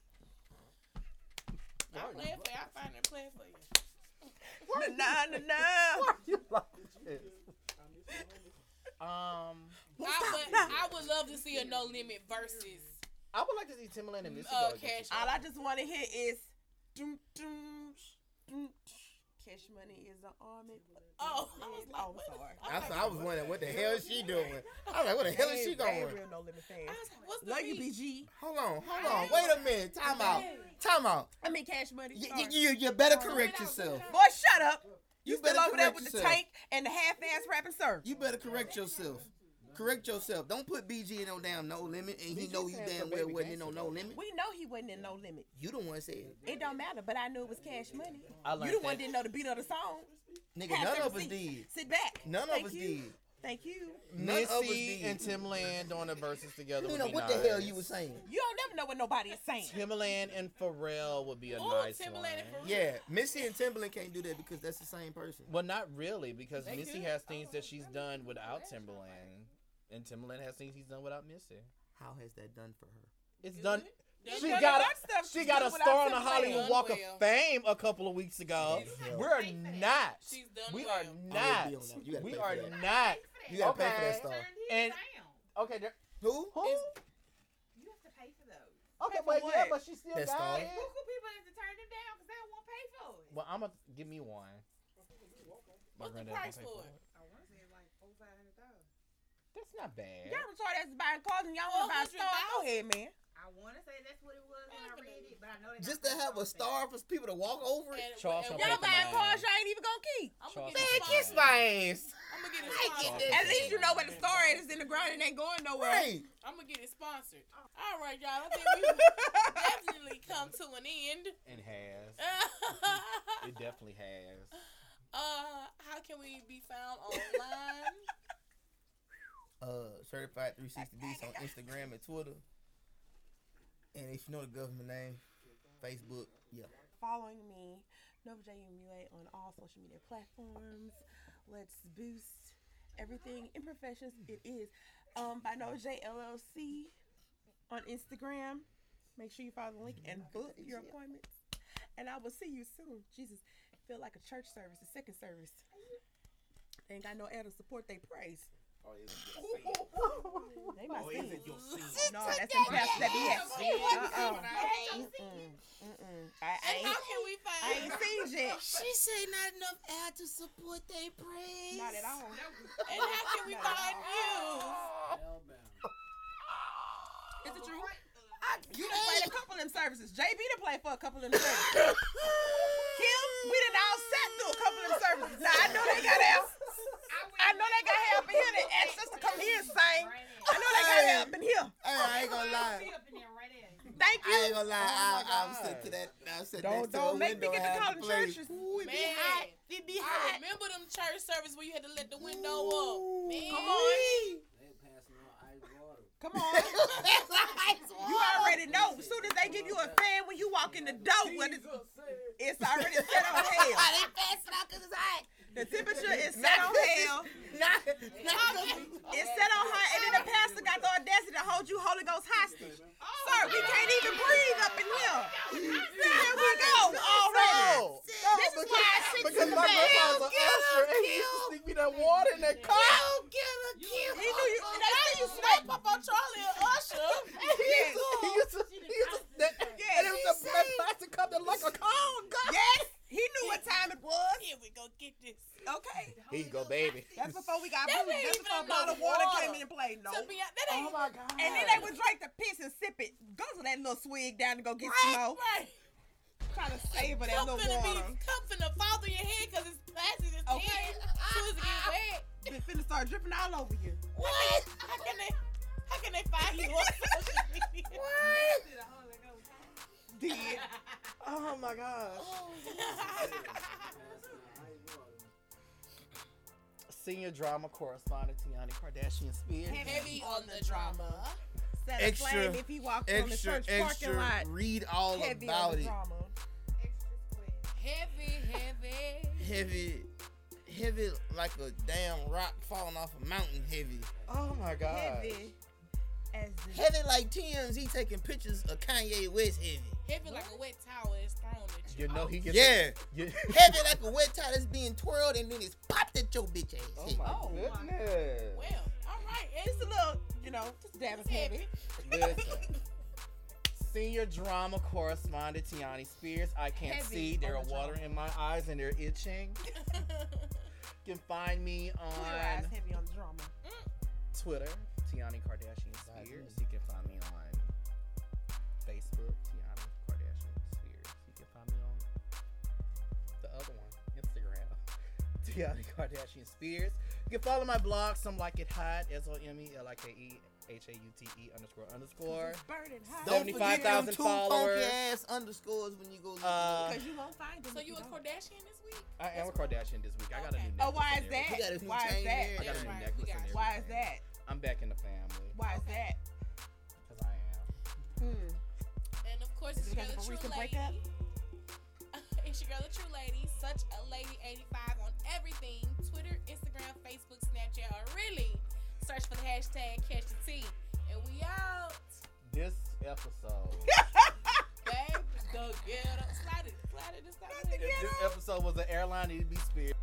Speaker 2: the
Speaker 1: I
Speaker 2: hell?
Speaker 1: play it for you. I find it play it for you.
Speaker 2: Na na na.
Speaker 4: Um,
Speaker 1: I would, I would love to see a No Limit versus
Speaker 4: I would like to see Timbaland and Missy
Speaker 1: Uh,
Speaker 4: go against
Speaker 1: Cash
Speaker 4: each
Speaker 2: All
Speaker 4: other.
Speaker 2: I just want to hear is doom doom doom. Cash money is an army.
Speaker 1: Oh, I was like,
Speaker 2: oh,
Speaker 1: what the-
Speaker 2: I'm sorry.
Speaker 3: I, thought- I was wondering what the hell is she doing. I was like, what the hell is she
Speaker 2: They ain't
Speaker 3: going?
Speaker 2: real no limit
Speaker 1: I
Speaker 2: fans.
Speaker 1: was like, what's the
Speaker 2: Love you,
Speaker 1: beat?
Speaker 2: BG.
Speaker 3: Hold on, hold on. Wait a minute. Time out. Time out.
Speaker 2: I mean, Cash Money.
Speaker 3: You,
Speaker 2: sorry.
Speaker 3: you, you better correct yourself.
Speaker 2: Boy, shut up. You,
Speaker 3: You
Speaker 2: still
Speaker 3: better
Speaker 2: over there
Speaker 3: correct
Speaker 2: with the
Speaker 3: yourself.
Speaker 2: tank and the half-ass rapping sir.
Speaker 3: You better correct yourself. Correct yourself. Don't put BG in no damn no limit, and he
Speaker 4: BG
Speaker 3: know you
Speaker 4: stands
Speaker 3: damn
Speaker 4: for
Speaker 3: well
Speaker 4: Baby
Speaker 3: wasn't in no
Speaker 4: Gangsta.
Speaker 3: no limit.
Speaker 2: We know he wasn't in no limit.
Speaker 3: You the one said, it.
Speaker 2: It don't matter, but I knew it was Cash Money.
Speaker 4: I learned
Speaker 2: You the one
Speaker 4: that.
Speaker 2: didn't know the beat of the song.
Speaker 3: nigga.
Speaker 2: Pass
Speaker 3: None
Speaker 2: the
Speaker 3: of us
Speaker 2: receipt.
Speaker 3: did.
Speaker 2: Sit back.
Speaker 3: None
Speaker 2: Thank
Speaker 3: of us
Speaker 2: you.
Speaker 3: did.
Speaker 2: Thank you.
Speaker 3: None of us
Speaker 4: Missy
Speaker 3: did.
Speaker 4: and Timbaland doing the verses together.
Speaker 3: You
Speaker 4: would
Speaker 3: know
Speaker 4: be
Speaker 3: what
Speaker 4: nice.
Speaker 3: the hell you was saying?
Speaker 2: You don't never know what nobody is saying.
Speaker 4: Timbaland and Pharrell would be a
Speaker 1: Ooh,
Speaker 4: nice one.
Speaker 1: Timbaland Oh, and Pharrell.
Speaker 3: Yeah, Missy and Timberland can't do that because that's the same person.
Speaker 4: Well, not really, because
Speaker 1: They Oh,
Speaker 4: Missy
Speaker 1: could.
Speaker 4: has things that she's done without Timberland, and Timberland has things he's done without Missy.
Speaker 3: How has that done for her?
Speaker 4: It's
Speaker 1: Good.
Speaker 4: done.
Speaker 1: That's
Speaker 4: She
Speaker 1: what
Speaker 4: got
Speaker 1: it
Speaker 4: a-
Speaker 2: That stuff
Speaker 4: She
Speaker 2: she
Speaker 4: got a
Speaker 2: do without
Speaker 4: star on the
Speaker 2: Timberland.
Speaker 4: Hollywood Walk of
Speaker 1: Unreal.
Speaker 4: Fame a couple of weeks ago.
Speaker 3: Hell.
Speaker 4: We're
Speaker 6: Thanks for that.
Speaker 4: not.
Speaker 1: She's done
Speaker 4: We
Speaker 1: well.
Speaker 4: are
Speaker 3: I
Speaker 4: not.
Speaker 3: would be on that. You gotta
Speaker 4: We
Speaker 3: pay
Speaker 4: are
Speaker 3: for that.
Speaker 4: not.
Speaker 3: You gotta pay for that
Speaker 4: Okay.
Speaker 3: stuff.
Speaker 4: And-
Speaker 6: And
Speaker 4: Okay, there-
Speaker 3: Who?
Speaker 4: who?
Speaker 1: It's-
Speaker 6: you have to pay for those.
Speaker 4: Okay,
Speaker 2: for
Speaker 4: but yeah,
Speaker 2: what?
Speaker 4: but she still
Speaker 3: That
Speaker 4: got
Speaker 3: star.
Speaker 4: it.
Speaker 6: Who could people have to turn them down because they don't want to pay for it?
Speaker 4: Well, I'm gonna give me one. My
Speaker 1: What's the
Speaker 4: granddad gonna
Speaker 1: price
Speaker 4: pay
Speaker 1: for it?
Speaker 6: I want to say it's like over five hundred thousand.
Speaker 4: That's not bad.
Speaker 2: Y'all retarded ass buying cars and y'all want to buy a star. Go ahead, man.
Speaker 6: I want to say that's what it was when I
Speaker 1: Fuck
Speaker 6: read
Speaker 1: it.
Speaker 6: it, but I know they
Speaker 3: Just to
Speaker 6: got
Speaker 3: have a
Speaker 6: something.
Speaker 3: star for people to walk over it.
Speaker 1: And-
Speaker 4: Charles
Speaker 1: and what
Speaker 2: Y'all
Speaker 4: gonna pay for
Speaker 1: about-
Speaker 2: buying
Speaker 4: mine.
Speaker 2: cars y'all ain't even gonna keep.
Speaker 1: I'm
Speaker 4: Charles
Speaker 1: gonna get
Speaker 4: gonna
Speaker 1: a
Speaker 4: pay for
Speaker 1: sponsor.
Speaker 4: mine.
Speaker 3: ass.
Speaker 1: I'm gonna get it
Speaker 3: I get
Speaker 1: sponsored.
Speaker 3: this.
Speaker 2: At least you know where the star is. It's in the ground and ain't going nowhere.
Speaker 3: Right.
Speaker 1: I'm gonna get it sponsored.
Speaker 2: Oh.
Speaker 1: All right, y'all. I think we've definitely come to an end.
Speaker 4: It has.
Speaker 1: uh,
Speaker 4: It definitely has.
Speaker 1: how can we be found online?
Speaker 3: Uh, certified 360 beats on Instagram and Twitter. And if you know the government name, Facebook. Yeah.
Speaker 2: Following me, Nova J Umule on all social media platforms. Let's boost everything imperfections. It is um, by Nova J LLC on Instagram. Make sure you follow the link and book your appointments. And I will see you soon. Jesus, feel like a church service, a second service. They ain't got no air to support they praise.
Speaker 3: Oh,
Speaker 1: Oh,
Speaker 2: They might
Speaker 4: Oh,
Speaker 2: sing. No, that's the pastor that be at.
Speaker 6: Yes.
Speaker 2: Uh-uh.
Speaker 6: Yes.
Speaker 2: Mm-mm. I
Speaker 1: And
Speaker 2: ain't.
Speaker 1: how can we find
Speaker 2: I ain't seen yet.
Speaker 3: She say not enough ad to support they praise.
Speaker 2: Not at all.
Speaker 1: And how can we
Speaker 2: No.
Speaker 1: find you?
Speaker 2: Is it true?
Speaker 3: I
Speaker 2: You done played a couple of them services. JB done played for a couple of them services. Kim, we done all sat through a couple of them services. Now I know they got help. I know they got help in here. They asked us to come here and sing. I know they got help in here.
Speaker 3: Hey, I ain't gonna lie.
Speaker 2: Thank you.
Speaker 3: I ain't gonna lie.
Speaker 4: Oh
Speaker 3: I,
Speaker 4: my
Speaker 3: I'm
Speaker 4: God.
Speaker 3: sitting to that. I'm sitting
Speaker 4: Don't-
Speaker 3: next to
Speaker 4: don't
Speaker 3: a
Speaker 2: Make me
Speaker 3: window I
Speaker 2: get to
Speaker 3: had
Speaker 2: calling
Speaker 3: play.
Speaker 2: churches.
Speaker 3: Ooh, it be
Speaker 1: Man.
Speaker 3: hot. It be
Speaker 1: I
Speaker 3: hot.
Speaker 1: remember them church service where you had to let the window up. Man.
Speaker 2: Come on. Come on. You already know. As soon as they give you a fan when you walk in the door, what is- it's already set on hell.
Speaker 3: they passing out 'cause it's hot.
Speaker 2: The temperature is set on hell.
Speaker 3: Not, not 'cause-
Speaker 2: It's set on high, and then the pastor got the audacity to hold you Holy Ghost hostage. Sir, we can't even breathe up in here. Here we go already.
Speaker 4: No,
Speaker 2: This is why I sit
Speaker 4: because
Speaker 2: in the
Speaker 4: my
Speaker 2: back.
Speaker 4: grandpa's an usher and he used to sneak me that water in that car.
Speaker 2: He knew you. They see you smoke.
Speaker 1: Papa Charlie and Usher.
Speaker 2: Yes.
Speaker 4: He used to, he used to, that, and it was a that plastic cup that looked like a cone.
Speaker 2: Yes. He knew what time it was.
Speaker 1: Here we go, get this.
Speaker 2: Okay.
Speaker 4: Here you go, baby.
Speaker 2: That's before we got
Speaker 1: That
Speaker 2: booed.
Speaker 1: ain't
Speaker 2: That's
Speaker 1: even
Speaker 2: before
Speaker 1: enough
Speaker 2: bottled water
Speaker 1: water.
Speaker 2: came in and played. No.
Speaker 1: To be honest, that ain't
Speaker 4: Oh my god.
Speaker 2: And then they would drink the piss and sip it. Go to that little swig down and go get some more.
Speaker 1: right.
Speaker 2: Trying to savor that
Speaker 1: Cup
Speaker 2: little
Speaker 1: finna be
Speaker 2: water.
Speaker 1: cup finna fall through your head because it's plastic. It's
Speaker 2: Okay.
Speaker 1: thin. Soon as it get wet.
Speaker 2: It's finna start dripping all over you.
Speaker 1: What? How can they? How can they find you on social media?
Speaker 2: Did.
Speaker 4: Oh my god. Senior drama correspondent Tiani Kardashian Spears.
Speaker 1: Heavy on the drama.
Speaker 2: Set a
Speaker 3: Extra,
Speaker 2: flame if he walked from the
Speaker 3: Extra,
Speaker 2: church parking
Speaker 3: extra.
Speaker 2: lot.
Speaker 3: Read all
Speaker 2: Heavy on
Speaker 3: about
Speaker 2: the
Speaker 3: it.
Speaker 2: drama.
Speaker 1: Heavy, heavy.
Speaker 3: Heavy, heavy like a damn rock falling off a mountain. Heavy,
Speaker 4: Oh my god.
Speaker 2: Heavy as the
Speaker 3: heavy like TMZ taking pictures of Kanye West. Heavy.
Speaker 1: Heavy like a wet towel is thrown at you.
Speaker 4: You know he gets
Speaker 3: Yeah,
Speaker 4: You-
Speaker 3: heavy like a wet towel that's being twirled and then it's popped at your bitch ass.
Speaker 4: oh
Speaker 3: Heavy.
Speaker 4: my
Speaker 2: Oh my God.
Speaker 4: goodness.
Speaker 1: Well, all right. It's
Speaker 2: Just a little, you know, just dab is heavy.
Speaker 4: Listen. Senior drama correspondent Tiani Spears. I can't
Speaker 2: Heavy
Speaker 4: see. There
Speaker 2: on
Speaker 4: are
Speaker 2: the
Speaker 4: water in my eyes and they're itching. You can find me
Speaker 2: Clear eyes,
Speaker 4: on
Speaker 2: heavy on the drama.
Speaker 4: Twitter, Tiani Kardashian Spears. You can find me on Facebook, Tiani Kardashian Spears. You can find me on the other one, Instagram, Tiani Kardashian Spears. You can follow my blog, Some Like It Hot, S O M E L I K E H A U T E underscore underscore.
Speaker 2: It's burning hot.
Speaker 4: Don't-
Speaker 3: Don't
Speaker 4: 75,000
Speaker 3: forget them two
Speaker 4: followers.
Speaker 3: Funky ass underscores when you go look.
Speaker 4: Uh,
Speaker 2: Because you won't find him.
Speaker 1: so
Speaker 2: if
Speaker 1: you a
Speaker 2: don't.
Speaker 1: Kardashian this week?
Speaker 4: I am a Kardashian this week. I got a
Speaker 1: Okay.
Speaker 4: new necklace.
Speaker 2: Oh, why is
Speaker 4: and
Speaker 3: He
Speaker 2: that?
Speaker 4: everything.
Speaker 3: got his new
Speaker 2: Why is
Speaker 3: chain there.
Speaker 2: that?
Speaker 4: I got a
Speaker 1: That's right,
Speaker 4: new
Speaker 1: we
Speaker 4: necklace
Speaker 1: got
Speaker 4: and
Speaker 1: you.
Speaker 2: Why is
Speaker 4: everything.
Speaker 2: that?
Speaker 4: I'm back in the family.
Speaker 2: Why is that?
Speaker 4: Because I am.
Speaker 2: Mm.
Speaker 1: And of course, it's
Speaker 2: Is it
Speaker 1: your
Speaker 2: because
Speaker 1: girl, the
Speaker 2: of a
Speaker 1: true
Speaker 2: recent
Speaker 1: lady.
Speaker 2: breakup?
Speaker 1: it's your girl, the true lady. Such a lady 85 on everything Twitter, Instagram, Facebook, Snapchat, or really search for the hashtag catch the tea. And we out.
Speaker 4: This episode.
Speaker 1: Babe, go get up. Slide it. Slide it. Slide it.
Speaker 4: if this episode was an airline, it'd be Spears.